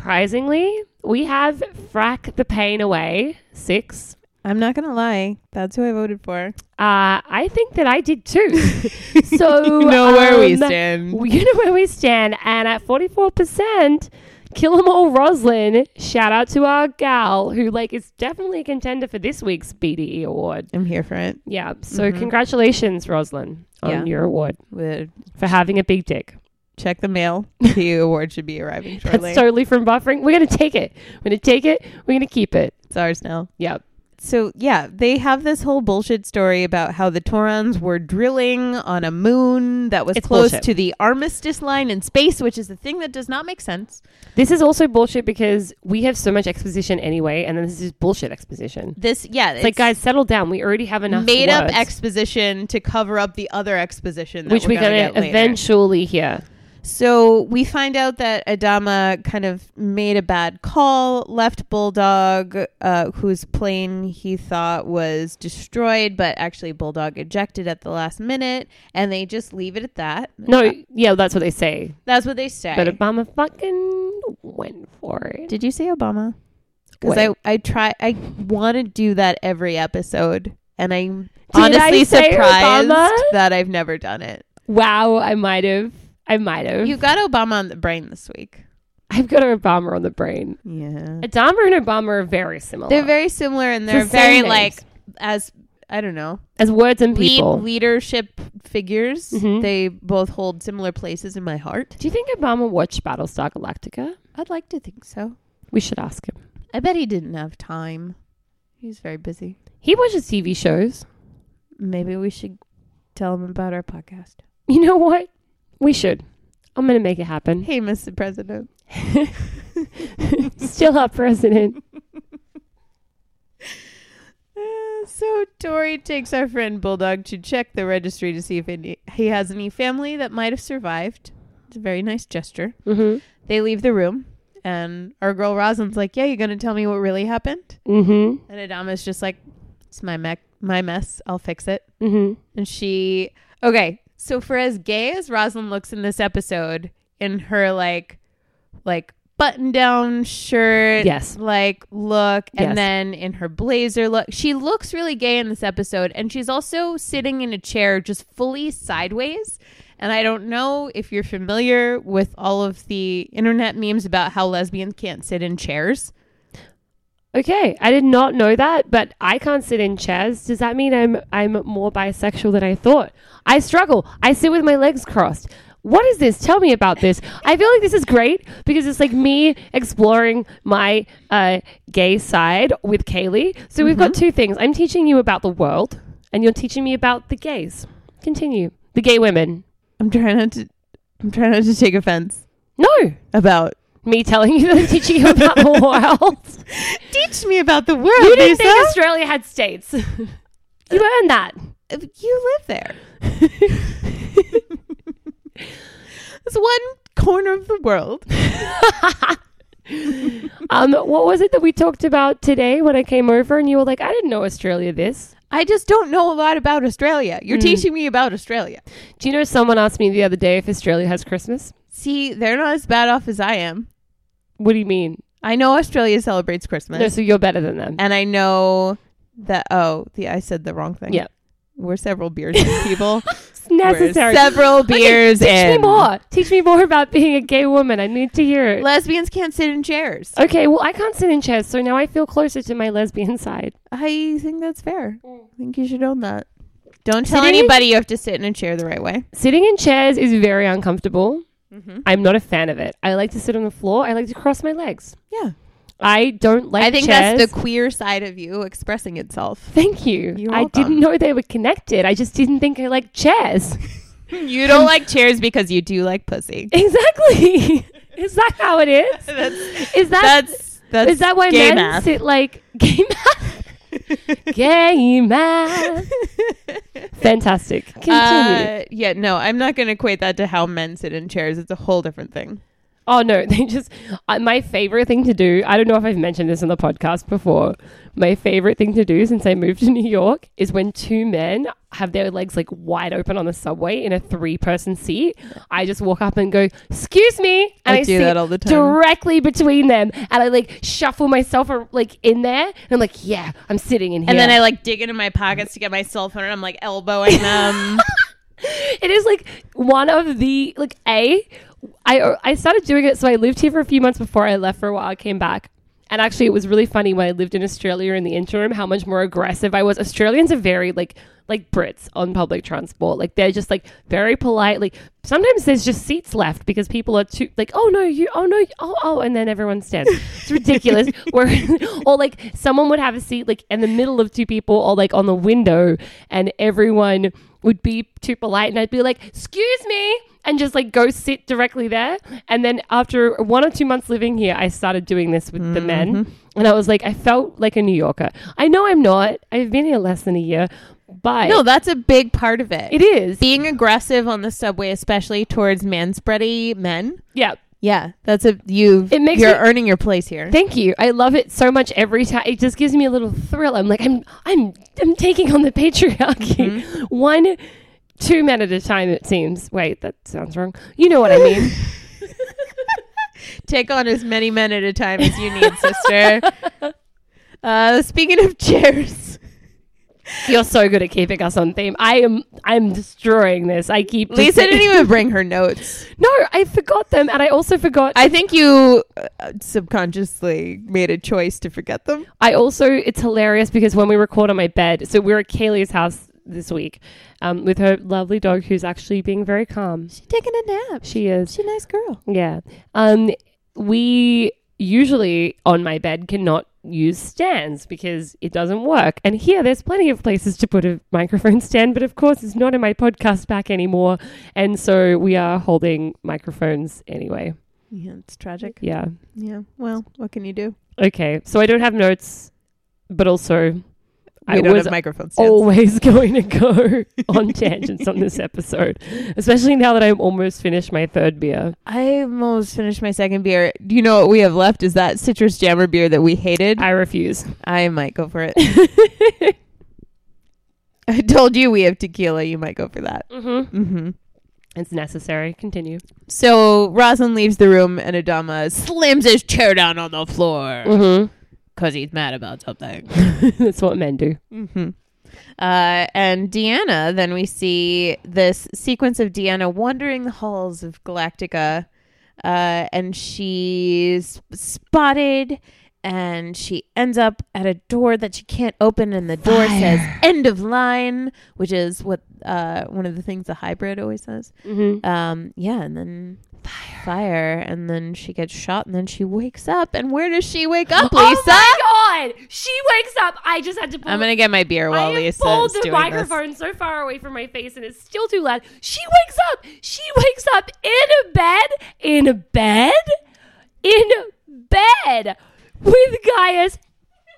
surprisingly, we have Frack the Pain Away, six. I'm not gonna lie, that's who I voted for. Uh, I think that I did too. so, you know where we um, stand. You know where we stand. And at 44%, Kill 'em All Roslyn, shout out to our gal, who like is definitely a contender for this week's BDE award. I'm here for it. Yeah. So, congratulations, Roslyn, on Mm-hmm. Yeah. your award We'll for having a big dick. check the mail. the award should be arriving shortly. That's totally from buffering. We're going to take it. We're going to take it. We're going to keep it. it's ours now. Yep. So yeah, they have this whole bullshit story about how the Torons were drilling on a moon that was It's close bullshit. to the armistice line in space, which is the thing that does not make sense. This is also bullshit because we have so much exposition anyway, and then this is bullshit exposition. It's, This yeah, it's like, guys, settle down. We already have enough made up words, exposition to cover up the other exposition that which we're we're gonna, get later. eventually hear. So we find out that Adama kind of made a bad call, left Bulldog, uh, whose plane he thought was destroyed, but actually Bulldog ejected at the last minute, and they just leave it at that. No, yeah, that's what they say. That's what they say. But Obama fucking went for it. Did you say Obama? Because I, I try I want to do that every episode. and I'm Did I honestly say surprised Obama? that I've never done it. Wow, I might have. I might have. You got Obama on the brain this week. I've got a Obama on the brain. Yeah, Obama and Obama are very similar. they're very similar and It's the they're very same names. like as I don't know as words and lead, people. leadership figures. Mhm. They both hold similar places in my heart. Do you think Obama watched Battlestar Galactica? I'd like to think so. We should ask him. I bet he didn't have time. He's very busy. He watches TV shows. Maybe we should tell him about our podcast. You know what? We should. I'm going to make it happen. Hey, Mr. President. Still our president. Uh, So Tori takes our friend Bulldog to check the registry to see if any, he has any family that might have survived. It's a very nice gesture. Mm-hmm. They leave the room, and our girl Rosalind's like, "Yeah, you're gonna tell me what really happened?" Mm-hmm. And Adama's just like, "It's my mech, my mess. I'll fix it." Mm-hmm. And she, okay. So for as gay as Rosalind looks in this episode, in her like, like button down shirt, Yes. like look, and Yes. then in her blazer look, she looks really gay in this episode. And she's also sitting in a chair just fully sideways. And I don't know if you're familiar with all of the internet memes about how lesbians can't sit in chairs. Okay, I did not know that, but I can't sit in chairs. Does that mean I'm I'm more bisexual than I thought? I struggle. I sit with my legs crossed. What is this? Tell me about this. I feel like this is great because it's like me exploring my uh, gay side with Kaylee. So we've got two things. I'm teaching you about the world, and you're teaching me about the gays. Continue. The gay women. I'm trying not to. I'm trying not to take offense No, about me telling you that I'm teaching you about the world. Teach me about the world, You didn't Lisa. think Australia had states. you earned that. you live there. it's one corner of the world. Um, what was it that we talked about today when I came over and you were like, I didn't know Australia this? I just don't know a lot about Australia. You're Mm. teaching me about Australia. Do you know someone asked me the other day if Australia has Christmas? See, they're not as bad off as I am. What do you mean? I know Australia celebrates Christmas, No, so you're better than them. and I know that. Oh, the I said the wrong thing. Yeah. we're several beers in, people. It's we're necessary. several beers Teach me in. more. Teach me more about being a gay woman. I need to hear it. Lesbians can't sit in chairs. okay, well, I can't sit in chairs, so now I feel closer to my lesbian side. I think that's fair. Mm. I think you should own that. Don't tell Sitting in- anybody you have to sit in a chair the right way. Sitting in chairs is very uncomfortable. Mm-hmm. I'm not a fan of it. I like to sit on the floor. I like to cross my legs. Yeah. I don't like I think chairs. that's the queer side of you expressing itself. Thank you. You're I welcome. didn't know they were connected. I just didn't think I liked chairs. You don't like chairs because you do like pussy. exactly. is that how it is? That's- is that is That's that's that why gay men math. sit like gay math? gay math. Fantastic. Continue. Uh, yeah, no, I'm not going to equate that to how men sit in chairs. It's a whole different thing. oh no, they just uh, my favorite thing to do. I don't know if I've mentioned this on the podcast before. My favorite thing to do since I moved to New York is when two men have their legs like wide open on the subway in a three-person seat. I just walk up and go, "Excuse me," and I do sit that all the time. directly between them, and I like shuffle myself ar- like in there, and I'm like, "Yeah, I'm sitting in here." And then I like dig into my pockets to get my cell phone and I'm like elbowing them. It is like one of the like a. I I started doing it. So I lived here for a few months before I left for a while. I came back, and actually it was really funny when I lived in Australia in the interim how much more aggressive I was. Australians are very like like Brits on public transport. Like they're just like very polite. Like sometimes there's just seats left because people are too like oh no you oh no oh oh and then everyone stands. It's ridiculous. Where or like someone would have a seat like in the middle of two people or like on the window and everyone would be too polite and I'd be like, excuse me, and just like go sit directly there. And then after one or two months living here, I started doing this with the men. And I was like, I felt like a New Yorker. I know I'm not. I've been here less than a year, but no, that's a big part of it. it is. Being aggressive on the subway, especially towards manspready men. yeah. Yeah, that's a you. It makes you're me- earning your place here. Thank you. I love it so much every time. It just gives me a little thrill. I'm like, I'm, I'm, I'm taking on the patriarchy. One, two men at a time. It seems. Wait, that sounds wrong. You know what I mean? Take on as many men at a time as you need, sister. Uh, speaking of chairs, You're so good at keeping us on theme. I am. I'm destroying this. I keep. Lisa didn't even bring her notes. No, I forgot them, and I also forgot. I think you uh, subconsciously made a choice to forget them. I also, it's hilarious because when we record on my bed, so we're at Kaylee's house this week um, with her lovely dog who's actually being very calm. She's taking a nap. She is. She's a nice girl. Yeah. Um, we usually on my bed cannot use stands because it doesn't work. And here, there's plenty of places to put a microphone stand, but of course, it's not in my podcast pack anymore. And so we are holding microphones anyway. Yeah, it's tragic. Yeah. Yeah. Well, what can you do? Okay. So I don't have notes, but also We I Oh. don't was have microphone stands. always going to go on tangents on this episode, especially now that I'm almost finished my third beer. I almost finished my second beer. Do you know what we have left? Is that citrus jammer beer that we hated? I refuse. I might go for it. I told you we have tequila. You might go for that. Mm-hmm. hmm It's necessary. Continue. So Rosin leaves the room and Adama slams his chair down on the floor Mm-hmm. because he's mad about something. That's what men do. hmm Uh, and Deanna, then we see this sequence of Deanna wandering the halls of Galactica. Uh, and she's spotted and she ends up at a door that she can't open. And the door says end of line, which is what uh, one of the things the hybrid always says. Mm-hmm. Um, yeah, and then fire. And then she gets shot and then she wakes up. And where does she wake up, Lisa? Oh God! She wakes up. I just had to pull. I'm going to get my beer while have Lisa pulled is the doing this. microphone so far away from my face and it's still too loud. She wakes up. She wakes up in a bed, in a bed, in bed with Gaius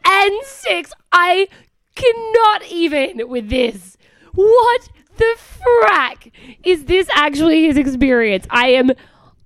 and Six. I cannot even with this. What the frack is this actually his experience? I am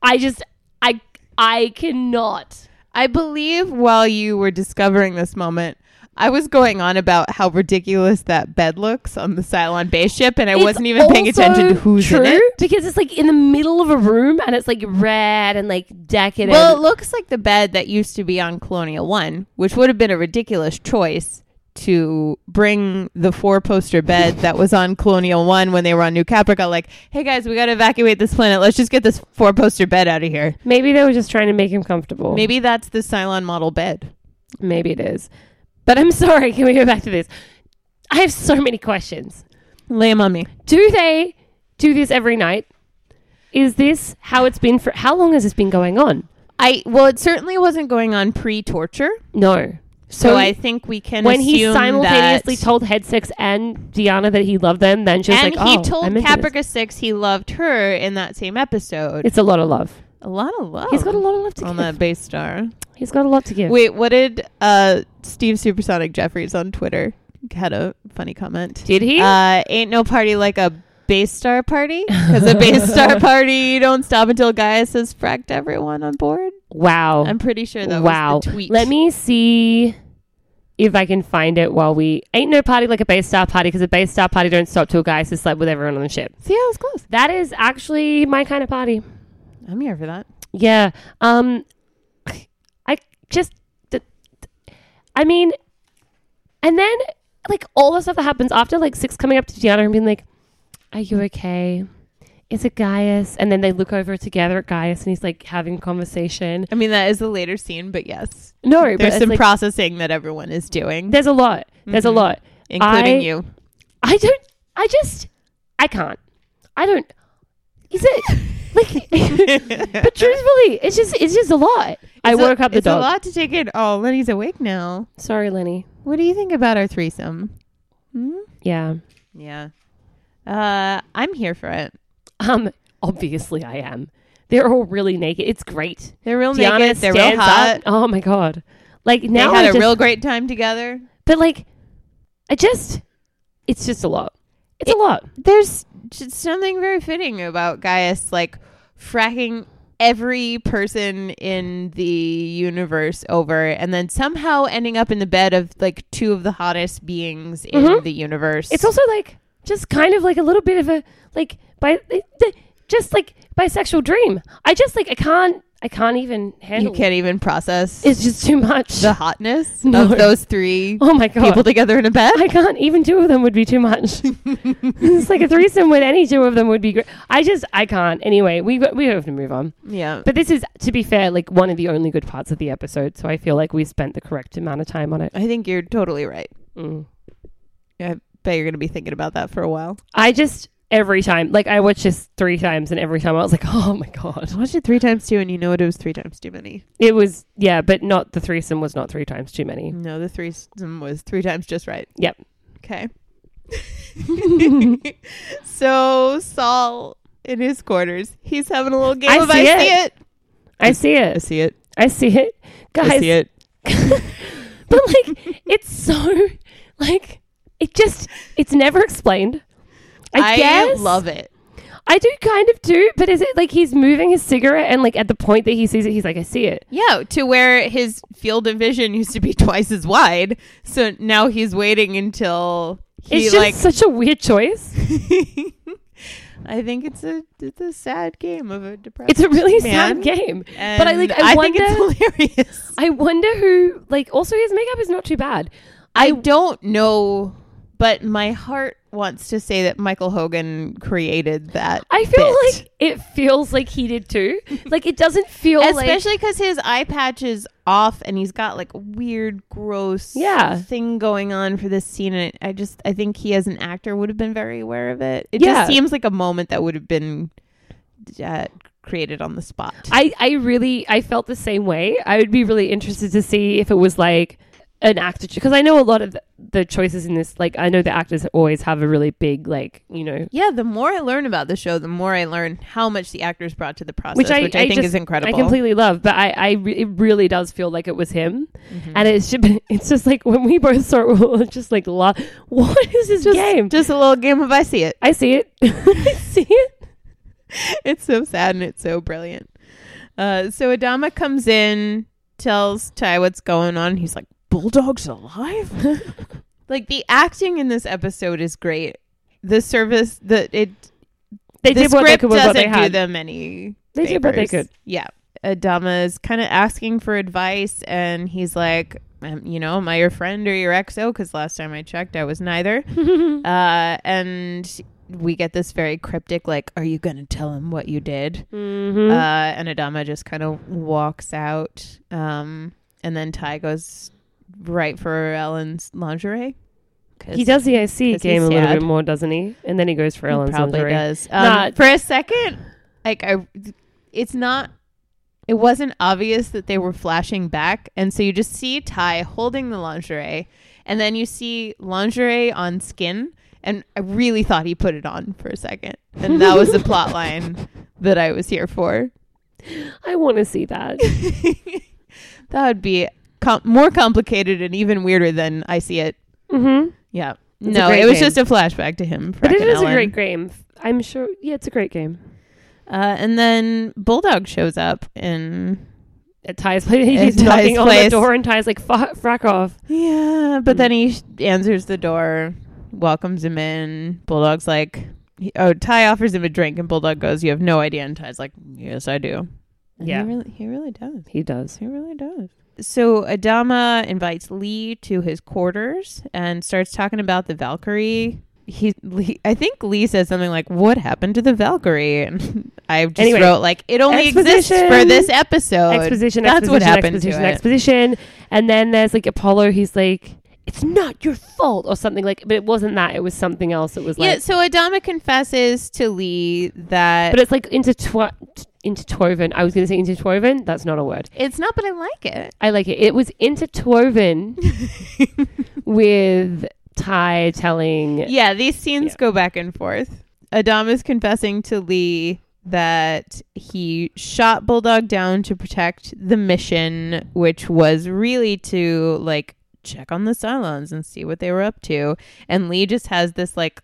I just I I cannot. I believe while you were discovering this moment, I was going on about how ridiculous that bed looks on the Cylon base ship, and I It's wasn't even paying also attention to who's true in it. because it's like in the middle of a room and it's like red and like decadent. Well, it looks like the bed that used to be on Colonial One, which would have been a ridiculous choice to bring the four poster bed that was on Colonial One when they were on New Caprica. Like, hey guys, we got to evacuate this planet. Let's just get this four poster bed out of here. maybe they were just trying to make him comfortable. Maybe that's the Cylon model bed. maybe it is. But I'm sorry. Can we go back to this? I have so many questions. Lay 'em on me. Do they do this every night? Is this how it's been for? How long has this been going on? I well, it certainly wasn't going on pre-torture. No. So I think we can when he assume simultaneously that, told Head Six and Deanna that he loved them, then she was and like, he "Oh, told I'm into this." Caprica Six he loved her in that same episode. It's a lot of love. a lot of love. He's got a lot of love to Oh. on give. that base star. He's got a lot to give. Wait, what did uh, Steve Supersonic Jeffries on Twitter had a funny comment? Did he? Uh, ain't no party like a base star party because a base star party you don't stop until Gaius has fracked everyone on board. wow. I'm pretty sure that Oh. wow. was the tweet. Let me see if I can find it while we ain't no party like a base star party because a base star party don't stop till guys has slept with everyone on the ship. see. I was close. That is actually my kind of party. I'm here for that. Yeah. Um, I just, th- th- I mean, and then like all the stuff that happens after, like six coming up to Gianna and being like, "Are you okay? Is it Gaius?" And then they look over together at Gaius, and he's like having conversation. I mean, that is the later scene, but yes, No, but there's it's some like, processing that everyone is doing, there's a lot. There's a Mhm. lot. including I- you. I don't. I just. I can't. I don't. Is it like? but truthfully, it's just. It's just a lot. I It's a- woke up the it's dog. a lot to take in. Oh, Lenny's awake now. Sorry, Lenny. What do you think about our threesome? Hmm? Yeah. Yeah. Uh, I'm here for it. Um. Obviously, I am. They're all really naked. It's great. They're real Tiana naked. They're real stands hot. up. Oh my god. Like They now, had I a just- real great time together. But like, I just. It's just a lot. It's a lot. There's just something very fitting about Gaius, like fracking every person in the universe over, and then somehow ending up in the bed of like two of the hottest beings in Mhm. the universe. It's also like just kind of like a little bit of a like by it- the- just like bisexual dream. I just like I can't I can't even You handle can't even process it. It's just too much. the hotness No. of those three oh my god. people together in a bed. I can't. Even two of them would be too much. it's like a threesome with any two of them would be great. I just, I can't. Anyway, we got- we have to move on. yeah. But this is, to be fair, like one of the only good parts of the episode. So I feel like we spent the correct amount of time on it. I think you're totally right. Mm. I bet you're going to be thinking about that for a while. I just every time, like I watched this three times, and every time I was like, oh my god, I watched it three times too, and you know what? It was three times too many. it was yeah. But not the threesome was not three times too many. No, the threesome was three times just right. Yep. Okay. so Saul in his quarters, he's having a little game I of see I it. see it. I see I it. see it. I see it, guys. I see it. But like, it's so like it just it's never explained. I, guess love it. I do kind of do, but is it like he's moving his cigarette and like at the point that he sees it, he's like, I see it. Yeah, to where his field of vision used to be twice as wide, so now he's waiting until he It's just like. such a weird choice. I think it's a it's a sad game of a depressed. It's a really sad man, game. but I like and I, think wonder it's hilarious. I wonder who like also his makeup is not too bad. I don't know, but my heart wants to say that Michael Hogan created that. I feel bit. like it feels like he did too. Like it doesn't feel like especially because his eye patch is off and he's got like a weird, gross Yeah. thing going on for this scene. And I just, I think he as an actor would have been very aware of it. It Yeah. just seems like a moment that would have been uh, created on the spot. I, I really I felt the same way. I would be really interested to see if it was like an actor because I know a lot of the, the choices in this. Like I know the actors always have a really big like you know yeah, the more I learn about the show, the more I learn how much the actors brought to the process, which I, I think just- is incredible. I completely love, but I, I re- it really does feel like it was him, Mm-hmm. and it's just, it's just like when we both saw it, we were just like, la- what is this just, game? just a little game of I see it. I see it, I see it. it's so sad and it's so brilliant. Uh, so Adama comes in, tells Ty what's going on. He's like, Bulldog's alive? like the acting in this episode is great. The service that it They the did what they script could with doesn't what they do had. them any. They did what they favors. could. Yeah. Adama is kind of asking for advice, and he's like, um, you know, am I your friend or your XO? Because last time I checked, I was neither. uh, and we get this very cryptic, like, are you going to tell him what you did? Mhm. Uh, and Adama just kind of walks out. Um, and then Ty goes right for Ellen's lingerie. 'Cause he does the I see 'cause he's game a little sad. bit more, doesn't he? And then he goes for Ellen's probably lingerie. does. Um, Nah. For a second, like I, it's not. It wasn't obvious that they were flashing back, and so you just see Ty holding the lingerie, and then you see lingerie on skin, and I really thought he put it on for a second, and that was the plot line that I was here for. I want to see that. That would be com- more complicated and even weirder than I see it. hmm Yeah. a no, great it was game. just a flashback to him. But it fracking is a Ellen. great game. I'm sure. Yeah, it's a great game. Uh, and then Bulldog shows up and At Ty's place, At he's Ty's knocking on the place. door, and Ty's like, "Fuck, frack off." yeah, but then he sh- answers the door, welcomes him in. Bulldog's like, he- oh, Ty offers him a drink, and Bulldog goes, "You have no idea." And Ty's like, "Yes, I do." And Yeah. he really, he really does. He does. He really does. So Adama invites Lee to his quarters and starts talking about the Valkyrie. He, Lee, I think Lee says something like, "What happened to the Valkyrie?" And I just Anyway, wrote like, "It only exists exposition. for this episode." exposition, That's exposition, what happened exposition, to it. exposition. And then there's like Apollo. He's like, "It's not your fault," or something like. But it wasn't that. It was something else. It was like. yeah. So Adama confesses to Lee that but it's like intertwi- interwoven. I was going to say interwoven. That's not a word. it's not, but I like it. I like it. It was interwoven with Ty telling. Yeah, these scenes Yeah. go back and forth. Adam is confessing to Lee that he shot Bulldog down to protect the mission, which was really to like check on the Cylons and see what they were up to. And Lee just has this like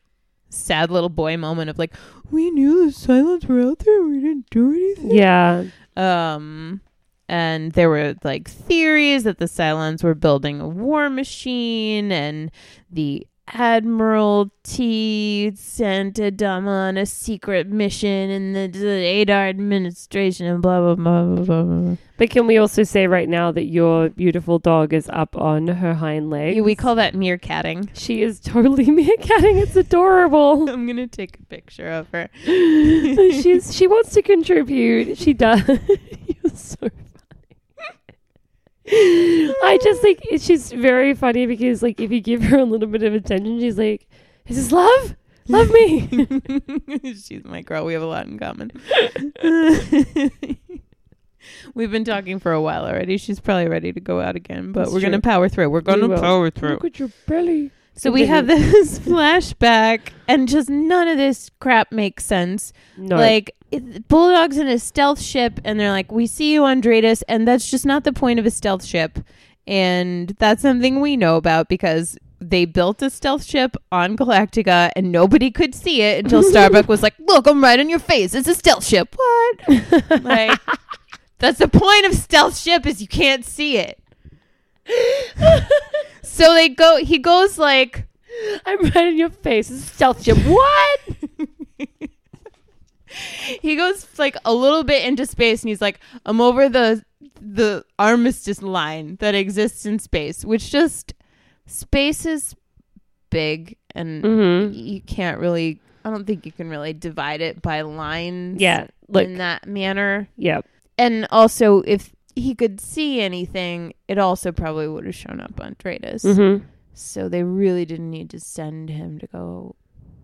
sad little boy moment of like, we knew the Cylons were out there, we didn't do anything. Yeah. Um, and there were like theories that the Cylons were building a war machine, and the Admiralty sent Adama on a secret mission in the, the Adar administration and blah, blah, blah, blah, blah, blah. But can we also say right now that your beautiful dog is up on her hind legs? We call that meerkatting. She is totally meerkatting. It's adorable. I'm going to take a picture of her. She's she wants to contribute. She does. You're so funny. I just think it's just very funny because like if you give her a little bit of attention, she's like, "Is this love? Love me." She's my girl. We have a lot in common. We've been talking for a while already. She's probably ready to go out again, but That's we're going to true. power through. We're going to will. power through. Look at your belly. So we have this flashback, and just none of this crap makes sense. No. Like, it, Bulldog's in a stealth ship, and they're like, We see you on Dratus, and that's just not the point of a stealth ship. And that's something we know about because they built a stealth ship on Galactica, and nobody could see it until Starbuck was like, Look, I'm right in your face. It's a stealth ship. What? like, that's the point of stealth ship is you can't see it. so they go. He goes like I'm right in your face. It's stealth ship. What? he goes like a little bit into space, and he's like, "I'm over the the armistice line that exists in space, which just space is big, and Mm-hmm. you can't really. I don't think you can really divide it by lines. Yeah. Look. in that manner, Yeah. and also if." He could see anything. It also probably would have shown up on Dratus. Mm-hmm. So they really didn't need to send him to go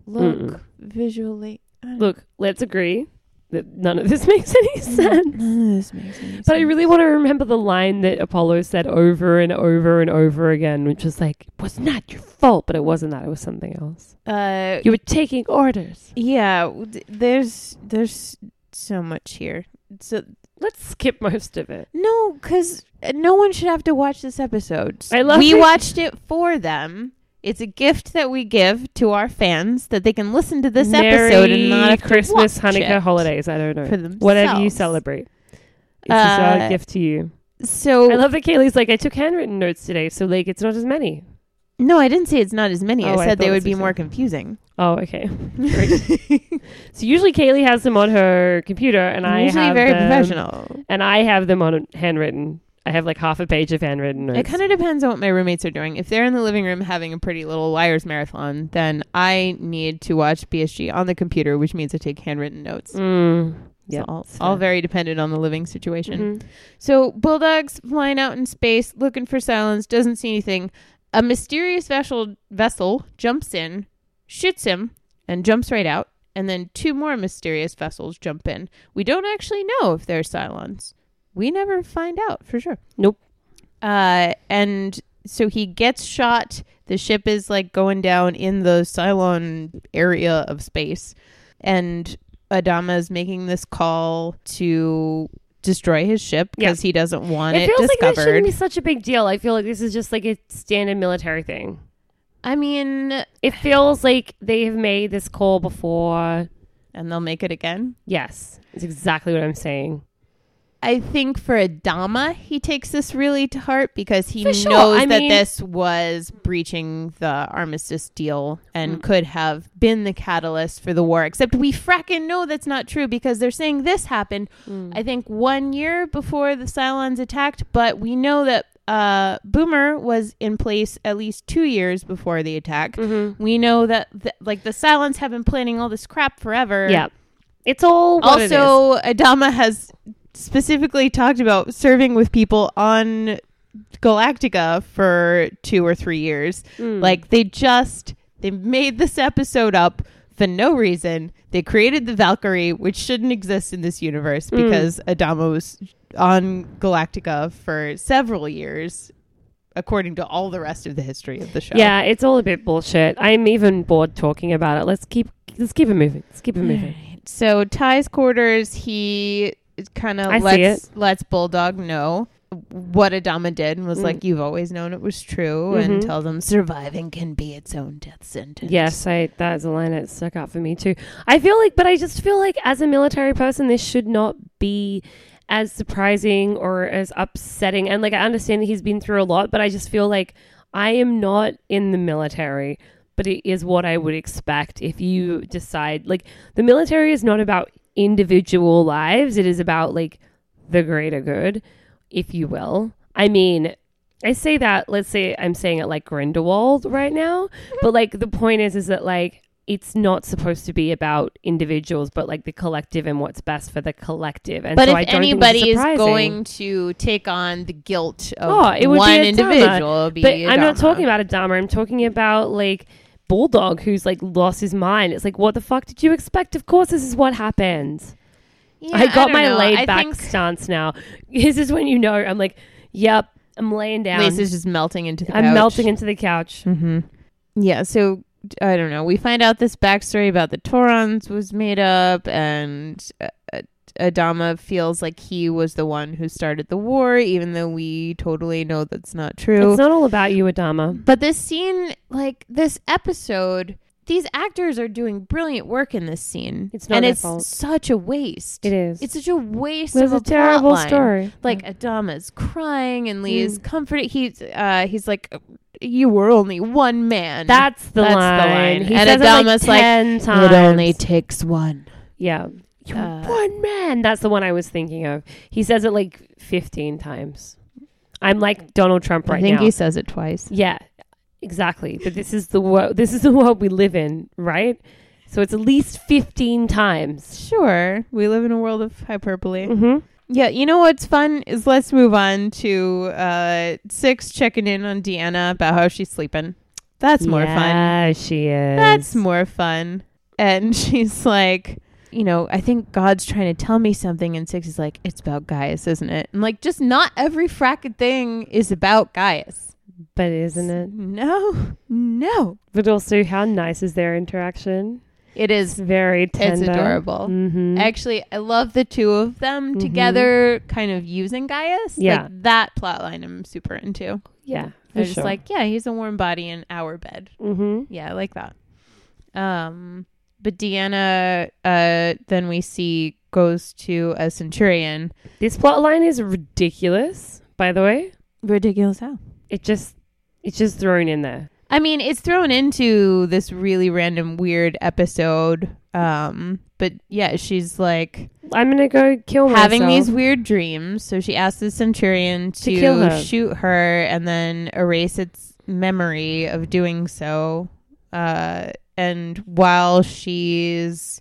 look Mm-mm. visually. I don't- Look, let's agree that none of this makes any Mm-hmm. sense. None of this makes any But I sense. really want to remember the line that Apollo said over and over and over again, which was like, was not your fault, but it wasn't that, it was something else. uh, You were taking orders. yeah, w- d- there's there's so much here. So Let's skip most of it. no, because no one should have to watch this episode. I love We it. watched it for them. It's a gift that we give to our fans that they can listen to this episode and not have to Christmas, watch Hanukkah, it. holidays, I don't know. for Whatever you themselves. celebrate. This is our Uh, oh. gift to you. So I love that Kaylee's like, I took handwritten notes today, so like it's not as many. no, I didn't say it's not as many. Oh, I I said thought they that's would what be you more said. confusing. Oh, okay. Great. so usually Kaylee has them on her computer, and I usually have very them- professional. and I have them on handwritten. I have like half a page of handwritten notes. It kind of depends on what my roommates are doing. If they're in the living room having a pretty little wires marathon, then I need to watch BSG on the computer, which means I take handwritten notes. Mm. Yeah, so all, it's all fair. very dependent on the living situation. Mhm. So bulldogs flying out in space, looking for silence, doesn't see anything. A mysterious vessel vessel jumps in, shoots him, and jumps right out. And then two more mysterious vessels jump in. We don't actually know if they're Cylons. We never find out for sure. Nope. Uh, and so he gets shot. The ship is like going down in the Cylon area of space, and Adama is making this call to destroy his ship because he doesn't want it, It feels like this discovered. shouldn't be such a big deal. I feel like this is just like a standard military thing. I mean, It feels like they have made this call before. and they'll make it again. Yes, it's exactly what I'm saying. I think for Adama, he takes this really to heart because he For sure. knows I that mean- this was breaching the armistice deal and Mm. could have been the catalyst for the war. Except we fracking know that's not true because they're saying this happened, Mm. I think, one year before the Cylons attacked, but we know that. Uh, Boomer was in place at least two years before the attack. Mm-hmm. We know that, th- like, the Cylons have been planning all this crap forever Yeah, it's all what it is. also adama has specifically talked about serving with people on galactica for two or three years Hmm. like they just they made this episode up for no reason they created the valkyrie which shouldn't exist in this Hmm. universe because adama was on galactica for several years according to all the rest of the history of the show Yeah, it's all a bit bullshit. I'm even bored talking about it. Let's keep let's keep it moving. Let's keep it moving. So Ty's quarters, he kind I of see lets lets Bulldog know what Adama did and Mm. was like, "You've always known it was true," and tells him surviving can be its own death sentence. Mm-hmm. Yes, I that's a line that stuck out for me too. I feel like, but I just feel like as a military person, this should not be as surprising or as upsetting. And like, I understand that he's been through a lot, but I just feel like I am not in the military. but it is what I would expect if you decide like the military is not about individual lives, it is about like the greater good, if you will. I mean, I say that, let's say I'm saying it like Grindelwald right now, Mm-hmm. but like the point is, is that like it's not supposed to be about individuals, but like the collective and what's best for the collective. And But so I if don't think it's anybody is surprising. going to take on the guilt of Oh, it would be one a drama. individual, it would be But a I'm not drama. talking about a Dahmer. I'm talking about like Bulldog who's like lost his mind. It's like, what the fuck did you expect? Of course, this is what happens. Yeah, I got don't my know. I laid back think stance now. This is when you know I'm like, yep, I'm laying down. Lisa's just melting into the. I'm couch. melting into the couch. Mm-hmm. Yeah, so I don't know. We find out this backstory about the Torans was made up, and uh, uh, Adama feels like he was the one who started the war, even though we totally know that's not true. It's not all about you, Adama. but this scene, like this episode, these actors are doing brilliant work in this scene. It's not and their it's fault. such a waste. It is. It's such a waste It was of a, a terrible plot line. story. Like Adama's crying and Lee is comforted. He's uh, he's like, "You were only one man." Mm-hmm. That's the That's the line. line. He And says Adama's it like, like ten times. It only takes one. yeah. You were Uh, one man. That's the one I was thinking of. He says it like 15 times. I'm like Donald Trump right I think now. he says it twice. yeah, exactly. But this is the world. This is the world we live in, right? So it's at least 15 times. Sure. We live in a world of hyperbole. Mm-hmm. Yeah, you know what's fun is let's move on to uh six checking in on Deanna about how she's sleeping. That's more fun. Yeah, she is. That's more fun. And she's like, you know, I think God's trying to tell me something. And Six is like, it's about Gaius, isn't it? And like, just not every fracking thing is about Gaius. but isn't it? No, no. But also, how nice is their interaction? It It's is. very tender. It's adorable. Mm-hmm. Actually, I love the two of them together, kind of using Gaius. Yeah. like, that plot line I'm super into. yeah, for They're just sure. like, yeah, he's a warm body in our bed. mm-hmm. Yeah, I like that. Um, but Deanna, uh, then we see goes to a centurion. This plot line is ridiculous. By the way, Ridiculous how? it just it's just thrown in there. I mean, it's thrown into this really random, weird episode. Um, but yeah, she's like, I'm gonna go kill having myself. these weird dreams. So she asks the centurion to, kill her. shoot her and then erase its memory of doing so. Uh, and while she's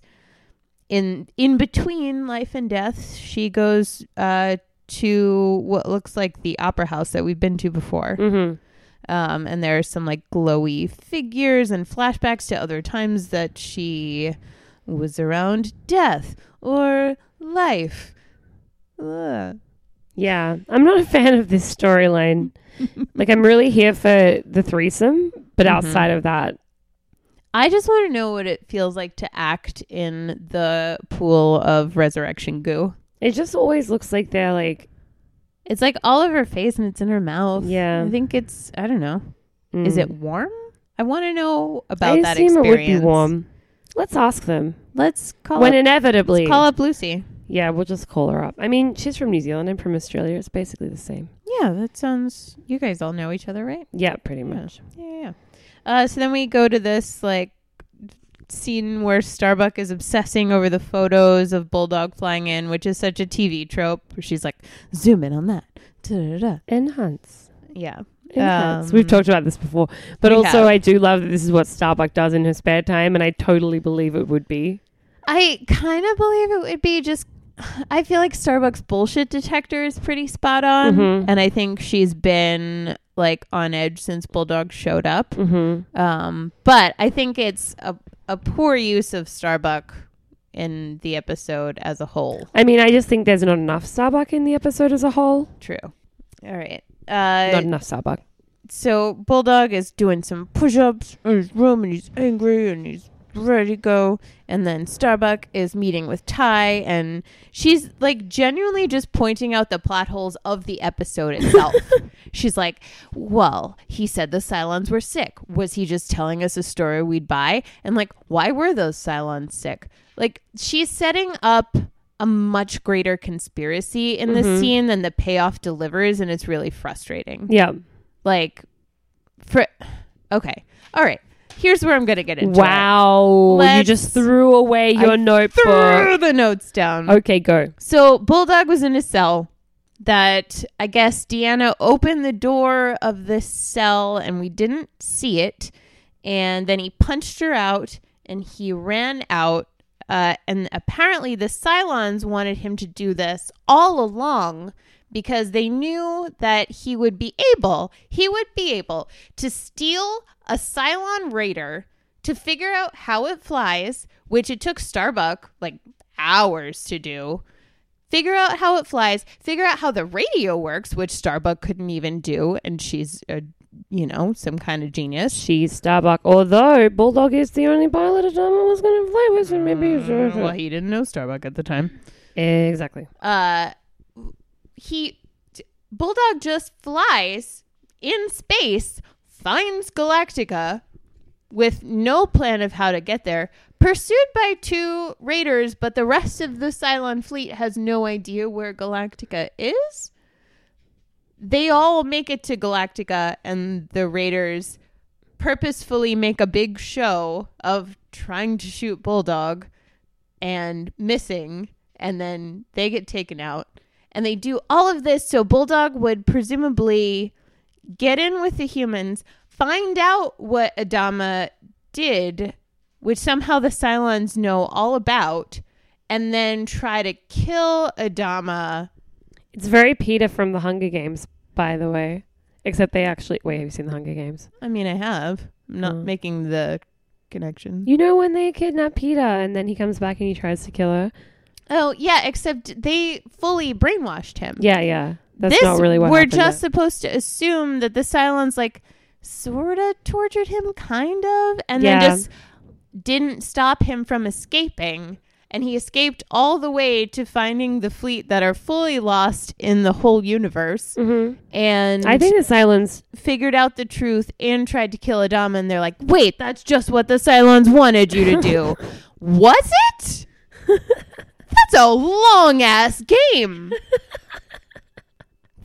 in in between life and death, she goes uh, to what looks like the opera house that we've been to before. Mm-hmm. Um, and there are some like glowy figures and flashbacks to other times that she was around death or life. Ugh. Yeah, I'm not a fan of this storyline. like, I'm really here for the threesome, but Mm-hmm. outside of that, I just want to know what it feels like to act in the pool of resurrection goo. it just always looks like they're like, It's like all of her face and it's in her mouth. Yeah. I think it's, I don't know. mm. Is it warm? I want to know about I that assume experience. it would be warm. Let's ask them Let's call, when up, inevitably. call up Lucy. yeah, we'll just call her up. I mean, she's from New Zealand. I'm from Australia. It's basically the same. Yeah, that sounds, you guys all know each other, right? Yeah, pretty Yeah. much. Yeah. yeah. Uh, so then we go to this like scene where Starbuck is obsessing over the photos of Bulldog flying in, which is such a TV trope. Where she's like, zoom in on that. Da-da-da. Enhance. Yeah. Enhance. Um, We've talked about this before, but we also have. I do love that this is what Starbuck does in her spare time, and I totally believe it would be. I kind of believe it would be just. I feel like Starbucks bullshit detector is pretty spot on, Mhm. and I think she's been like on edge since Bulldog showed up. Mm-hmm. Um, but I think it's a a poor use of Starbuck in the episode as a whole. I mean, I just think there's not enough Starbuck in the episode as a whole. True. All right. not Uh, enough Starbuck. so Bulldog is doing some push-ups in his room, and he's angry, and he's ready to go. And then Starbuck is meeting with Ty, and she's like genuinely just pointing out the plot holes of the episode itself. she's like, "Well, he said the Cylons were sick. Was he just telling us a story we'd buy? And like, why were those Cylons sick? Like, she's setting up." A much greater conspiracy in this scene than the payoff delivers, and it's really frustrating Yeah. like for okay all right Here's where I'm gonna get into. Wow. you Let's- just threw away your I notebook. It. Threw the notes down. Okay, go. So Bulldog was in a cell that I guess Deanna opened the door of this cell and we didn't see it. And then he punched her out and he ran out. Uh, and apparently the Cylons wanted him to do this all along because they knew that he would be able, he would be able to steal a Cylon Raider to figure out how it flies, which it took Starbuck like hours to do figure out how it flies, figure out how the radio works, which Starbuck couldn't even do, and she's a you know some kind of genius. She's Starbuck. Although Bulldog is the only pilot Adama was going to fly with, so maybe Well, he didn't know Starbuck at the time. exactly. Uh, he Bulldog just flies in space, finds Galactica with no plan of how to get there, pursued by two raiders, but the rest of the Cylon fleet has no idea where Galactica is. They all make it to Galactica, and the raiders purposefully make a big show of trying to shoot Bulldog and missing, and then they get taken out. And they do all of this so Bulldog would presumably get in with the humans, find out what Adama did, which somehow the Cylons know all about, and then try to kill Adama. It's very Peter from the Hunger Games, by the way. Except they actually. Wait, have you seen the Hunger Games? I mean, I have. I'm not Hmm. making the connection. You know when they kidnap Peter and then he comes back and he tries to kill her? Oh, yeah, except they fully brainwashed him. Yeah, yeah. That's this, not really what we're happened just there. supposed to assume that the Cylons like sort of tortured him, kind of, and Yeah. then just didn't stop him from escaping. And he escaped all the way to finding the fleet that are fully lost in the whole universe, Mhm. and I think the Silence. figured out the truth and tried to kill Adama. And they're like, "Wait, that's just what the Cylons wanted you to do, was it?" That's a long ass game.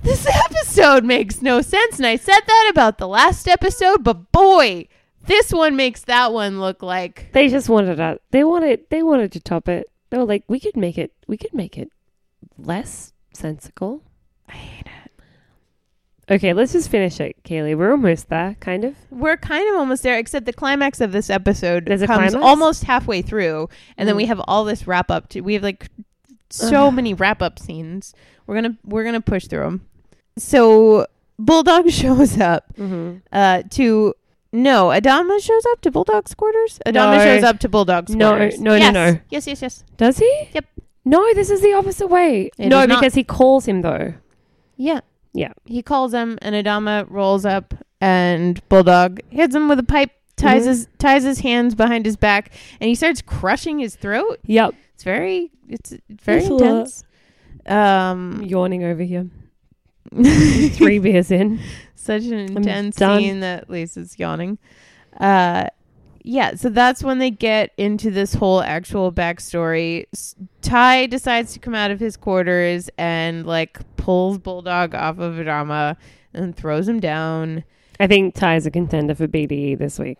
this episode makes no sense, and I said that about the last episode, but boy, this one makes that one look like They just wanted us. They wanted. They wanted to top it. They were like, we could make it. We could make it less sensical. I hate it. Okay, let's just finish it, Kaylee. We're almost there, kind of. We're kind of almost there, except the climax of this episode There's a comes climax? almost halfway through, and then Mm. we have all this wrap up. To, we have like so many wrap up scenes. We're gonna we're gonna push through them. So Bulldog shows up Mm-hmm. uh, to no Adama shows up to Bulldog's quarters. Adama No. shows up to Bulldog's No, quarters. no, no, yes. no. Yes, yes, yes. Does he? Yep. No, this is the opposite way. It no, is not. because he calls him though. Yeah, Yeah. He calls him, and Adama rolls up, and Bulldog hits him with a pipe. Ties Mhm. his ties his hands behind his back, and he starts crushing his throat. Yep. It's very it's very It's a lot. intense. Um, Yawning over here. Three beers in. such an intense done. scene that Lisa's yawning. Uh, yeah, so that's when they get into this whole actual backstory. S- Ty decides to come out of his quarters and like pulls Bulldog off of Adama and throws him down. I think Ty is a contender for BDE this week.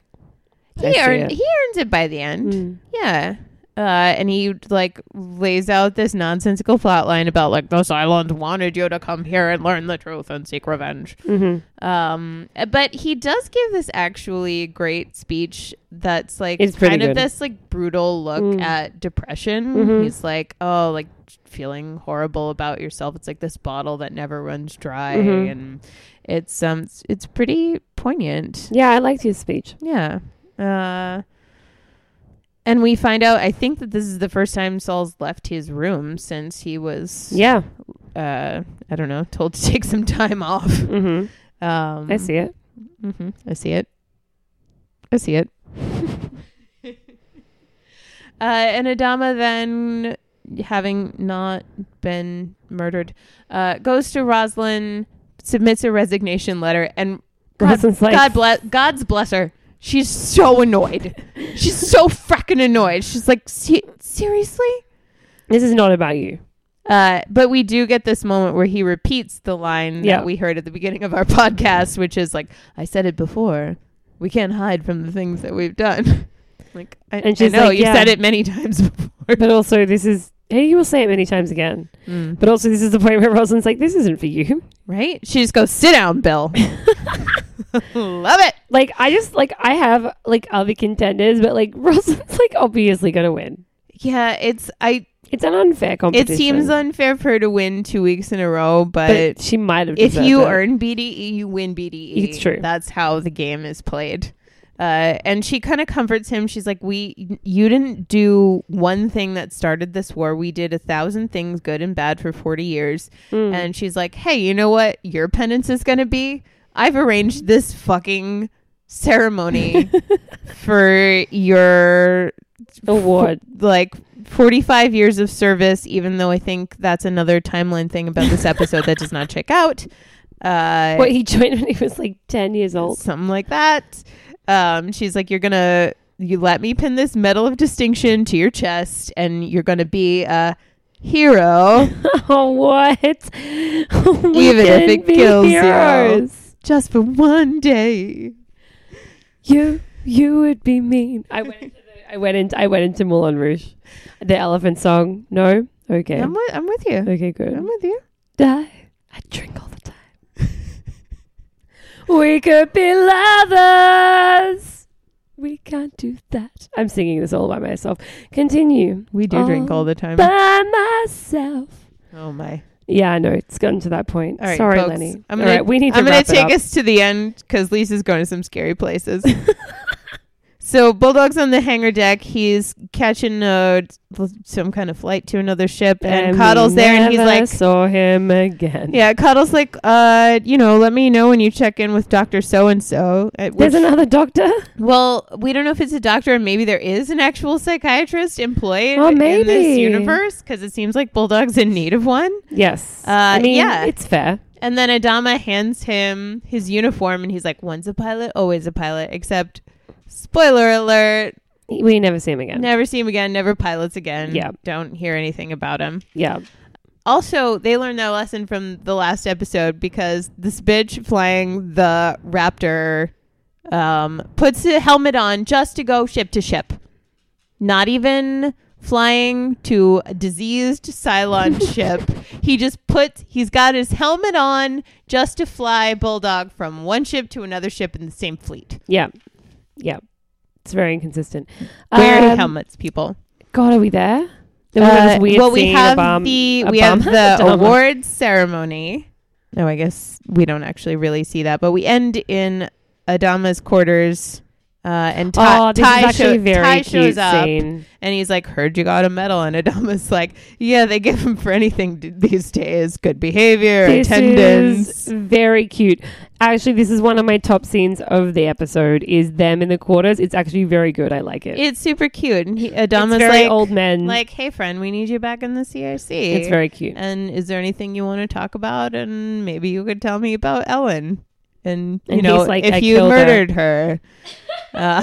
I He see earned, it. he earns it by the end. Mm. Yeah. Uh, and he like lays out this nonsensical plotline about like the Cylons wanted you to come here and learn the truth and seek revenge. hmm Um, but he does give this actually great speech that's like It's pretty kind of good. this like brutal look Mm. at depression. Mhm. He's like, oh, like feeling horrible about yourself. It's like this bottle that never runs dry, Mhm. and it's um, it's, it's pretty poignant. Yeah, I liked his speech. Yeah. Uh, and we find out. I think that this is the first time Saul's left his room since he was. Yeah. Uh, I don't know. Told to take some time off. hmm Um, I see it. Mm-hmm. I see it. I see it. uh, and Adama then, having not been murdered, uh, goes to Roslyn, submits a resignation letter, and God, Roslyn's like- God bless, God's bless her. She's so annoyed. She's so fracking annoyed. She's like, "Se- seriously? This is not about you. Uh, but we do get this moment where he repeats the line Yeah. that we heard at the beginning of our podcast, which is like, I said it before. we can't hide from the things that we've done. Like I, And I she's know like, you've yeah. said it many times before. But also, this is. And you will say it many times again. Mm. But also, this is the point where Rosalind's like, this isn't for you. Right? She just goes, sit down, Bill. Love it. Like, I just, like, I have, like, other contenders, but, like, Rosalind's, like, obviously going to win. Yeah, it's I It's an unfair it competition. seems unfair for her to win two weeks in a row, but, But she might have. if deserved you it. earn BDE, you win BDE. It's true. That's how the game is played. Uh, and she kind of comforts him. She's like, "We, you didn't do one thing that started this war. We did a thousand things, good and bad, for forty years." Mm. And she's like, "Hey, you know what? Your penance is gonna be. I've arranged this fucking ceremony for your award, like 45 years of service, even though I think that's another timeline thing about this episode that does not check out. Uh, what he joined when he was like ten years old. something like that. Um, she's like, You're gonna, you let me pin this Medal of Distinction to your chest, and you're gonna be a hero Oh, what? Even Even if it kills you. just for one day. you, you would be mean. I went into, the, I went into, I went into Moulin Rouge, the elephant song. No, okay, I'm, with, I'm with you. okay, good. I'm with you. die. I drink all the time. we could be lovers. We can't do that. I'm singing this all by myself. Continue. We do drink all the Um, time. By myself. Oh my. Yeah, I know. It's gotten to that point. All right, Sorry, folks. Lenny. I'm All gonna- right, we need to I'm wrap to take it up. us to the end because Lisa's going to some scary places. so Bulldog's on the hangar deck. He's catching uh, some kind of flight to another ship, and, we Coddle's there, and he's never like, saw him again. "Yeah." Coddle's like, "Uh, you know, let me know when you check in with Doctor So and So." There's another doctor. Well, we don't know if it's a doctor, and maybe there is an actual psychiatrist employed Oh, in this maybe. universe because it seems like Bulldog's in need of one. Yes. Uh, I mean, yeah. It's fair. And then Adama hands him his uniform, and he's like, "Once a pilot, always a pilot." Except, spoiler alert: We never see him again. never see him again, never pilots again. Yeah. don't hear anything about him. Yeah. Also, they learned their lesson from the last episode because this bitch flying the Raptor um, puts a helmet on just to go ship to ship, not even flying to a diseased Cylon ship. He just puts he's got his helmet on just to fly Bulldog from one ship to another ship in the same fleet. Yeah. Yeah. It's very inconsistent. Wear Um, helmets, people. God, are we there? There was this Uh, weird well, we scene have about- the a we bum. have the Dumb. awards ceremony. No, I guess we don't actually really see that, but we end in Adama's quarters, uh, and Ty, oh, this Ty is actually sho- a very Ty shows cute up, scene. and he's like, "Heard you got a medal," and Adama's like, "Yeah, they give him for anything d- these days. Good behavior, This attendance." is very cute. Actually, this is one of my top scenes of the episode. Is them in the quarters? It's actually very good. I like it. it's super cute, and he, it's Adama's very like, old men. "Like, hey, friend, we need you back in the CRC." it's very cute. and is there anything you want to talk about and maybe you could tell me about ellen and you And know he's like, if "I you killed her." murdered her, Uh,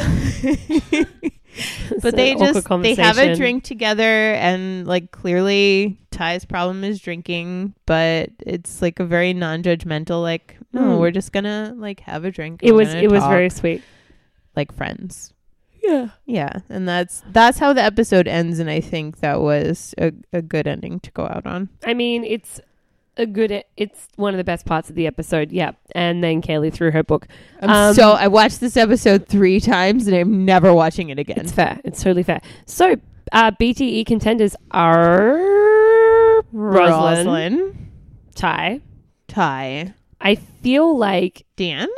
It's but they an awkward just they have a conversation. drink together and like clearly ty's problem is drinking but it's like a very non-judgmental like no Hmm. we're just gonna like have a drink It and we're was gonna it was talk very sweet. like friends Yeah. yeah and that's that's how the episode ends and i think that was a, a good ending to go out on I mean, it's a good. It's one of the best parts of the episode. Yeah. And then Kaylee threw her book. I'm Um, so I watched this episode three times and I'm never watching it again. It's fair. It's totally fair. So, uh, BTE contenders are Rosalind, Ty. Ty, I feel like Dan.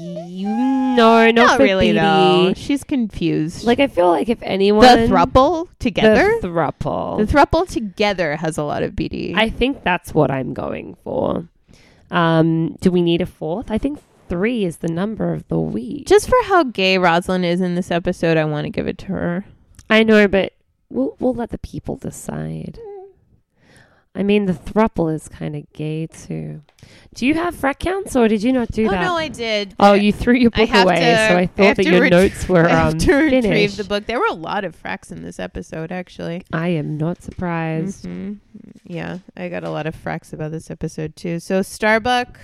you no, not, Not for really BTE. though. She's confused. Like I feel like if anyone the thruple the together. thruple. The, thruple together has a lot of BD. I think that's what I'm going for. Um, do we need a fourth? I think three is the number of the week. just for how gay Rosalind is in this episode, I want to give it to her. I know, but we'll we'll let the people decide. I mean, the thruple is kind of gay too. Do you have frat counts, or did you not do that? I did. oh, you threw your I book have away, to- so I I thought have that to your ret- notes were I have um, to retrieve finished. the book. There were a lot of fracks in this episode, actually. I am not surprised. Mhm. Yeah, I got a lot of fracks about this episode too. So Starbuck,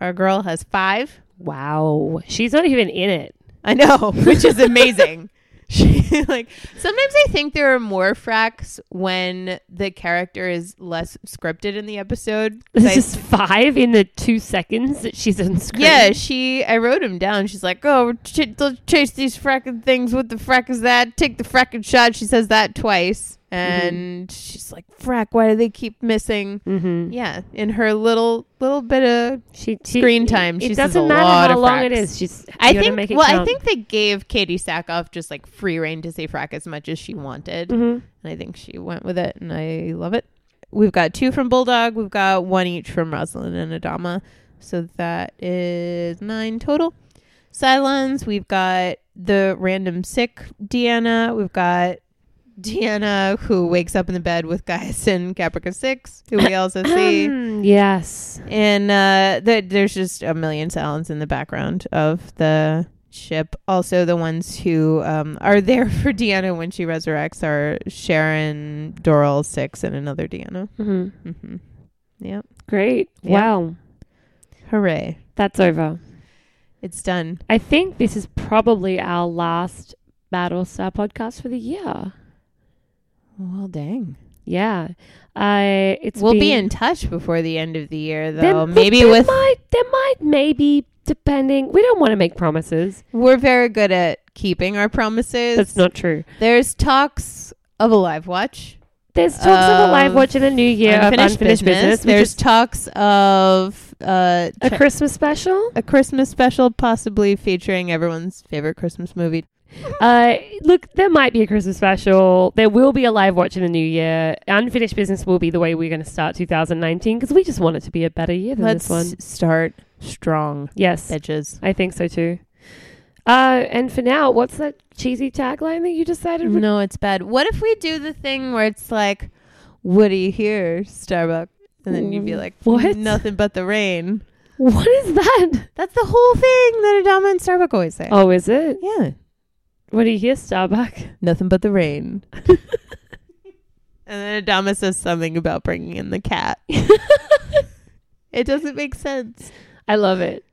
our girl has five. Wow, she's not even in it. I know, which is amazing. she like sometimes I think there are more fracs when the character is less scripted in the episode. 'Cause I- This is five in the two seconds that she's on screen. yeah, she. I wrote him down. She's like, "Oh, we're ch- let's chase these fracking things. What the frack is that? Take the fracking shot." She says that twice, and she's like, "Frack, why do they keep missing?" Mm-hmm. Yeah, in her little little bit of She, she- Screen time. It She says doesn't a matter lot how of long it fracs. is. She's. I you gotta think. Make it well, I count. think they gave Katie Sackhoff just like free reign to say frack as much as she wanted, Mhm. and I think she went with it, and I love it. We've got two from Bulldog. We've got one each from Rosalind and Adama, so that is nine total. Cylons. We've got the random sick Deanna. We've got. Deanna, who wakes up in the bed with Gaius and Caprica Six, who we also see. Mm, yes. And uh, the, there's just a million sounds in the background of the ship. Also, the ones who um, are there for Deanna when she resurrects are Sharon, Doral, Six, and another Deanna. hmm Mm-hmm. Yep. Great. Yeah. Wow. Hooray. That's over. It's done. I think this is probably our last Battlestar podcast for the year. Well, dang. Yeah. I. It's. We'll be been- in touch before the end of the year, There- though. there- Maybe there with. might there might maybe depending. We don't want to make promises. We're very good at keeping our promises. That's not true. There's talks of a live watch. There's talks of a live Of watch in a new year of Um, unfinished business. which There's is talks of uh, a Ch- Christmas special. a Christmas special, possibly featuring everyone's favorite Christmas movie. Uh, look, there might be a Christmas special. There will be a live watch in the new year. Unfinished business will be the way we're going to start 2019 because we just want it to be a better year than Let's this one. start strong, Yes, bitches. I think so too. Uh, and for now, what's that cheesy tagline that you decided? would- No, it's bad. What if we do the thing where it's like, "What do you hear, Starbuck?" And then you'd be like, What? Nothing but the rain." What is that? That's the whole thing that Adama and Starbuck always say. Oh, is it? Yeah, What do you hear, Starbuck? nothing but the rain. and then Adama says something about bringing in the cat. it doesn't make sense. I love it.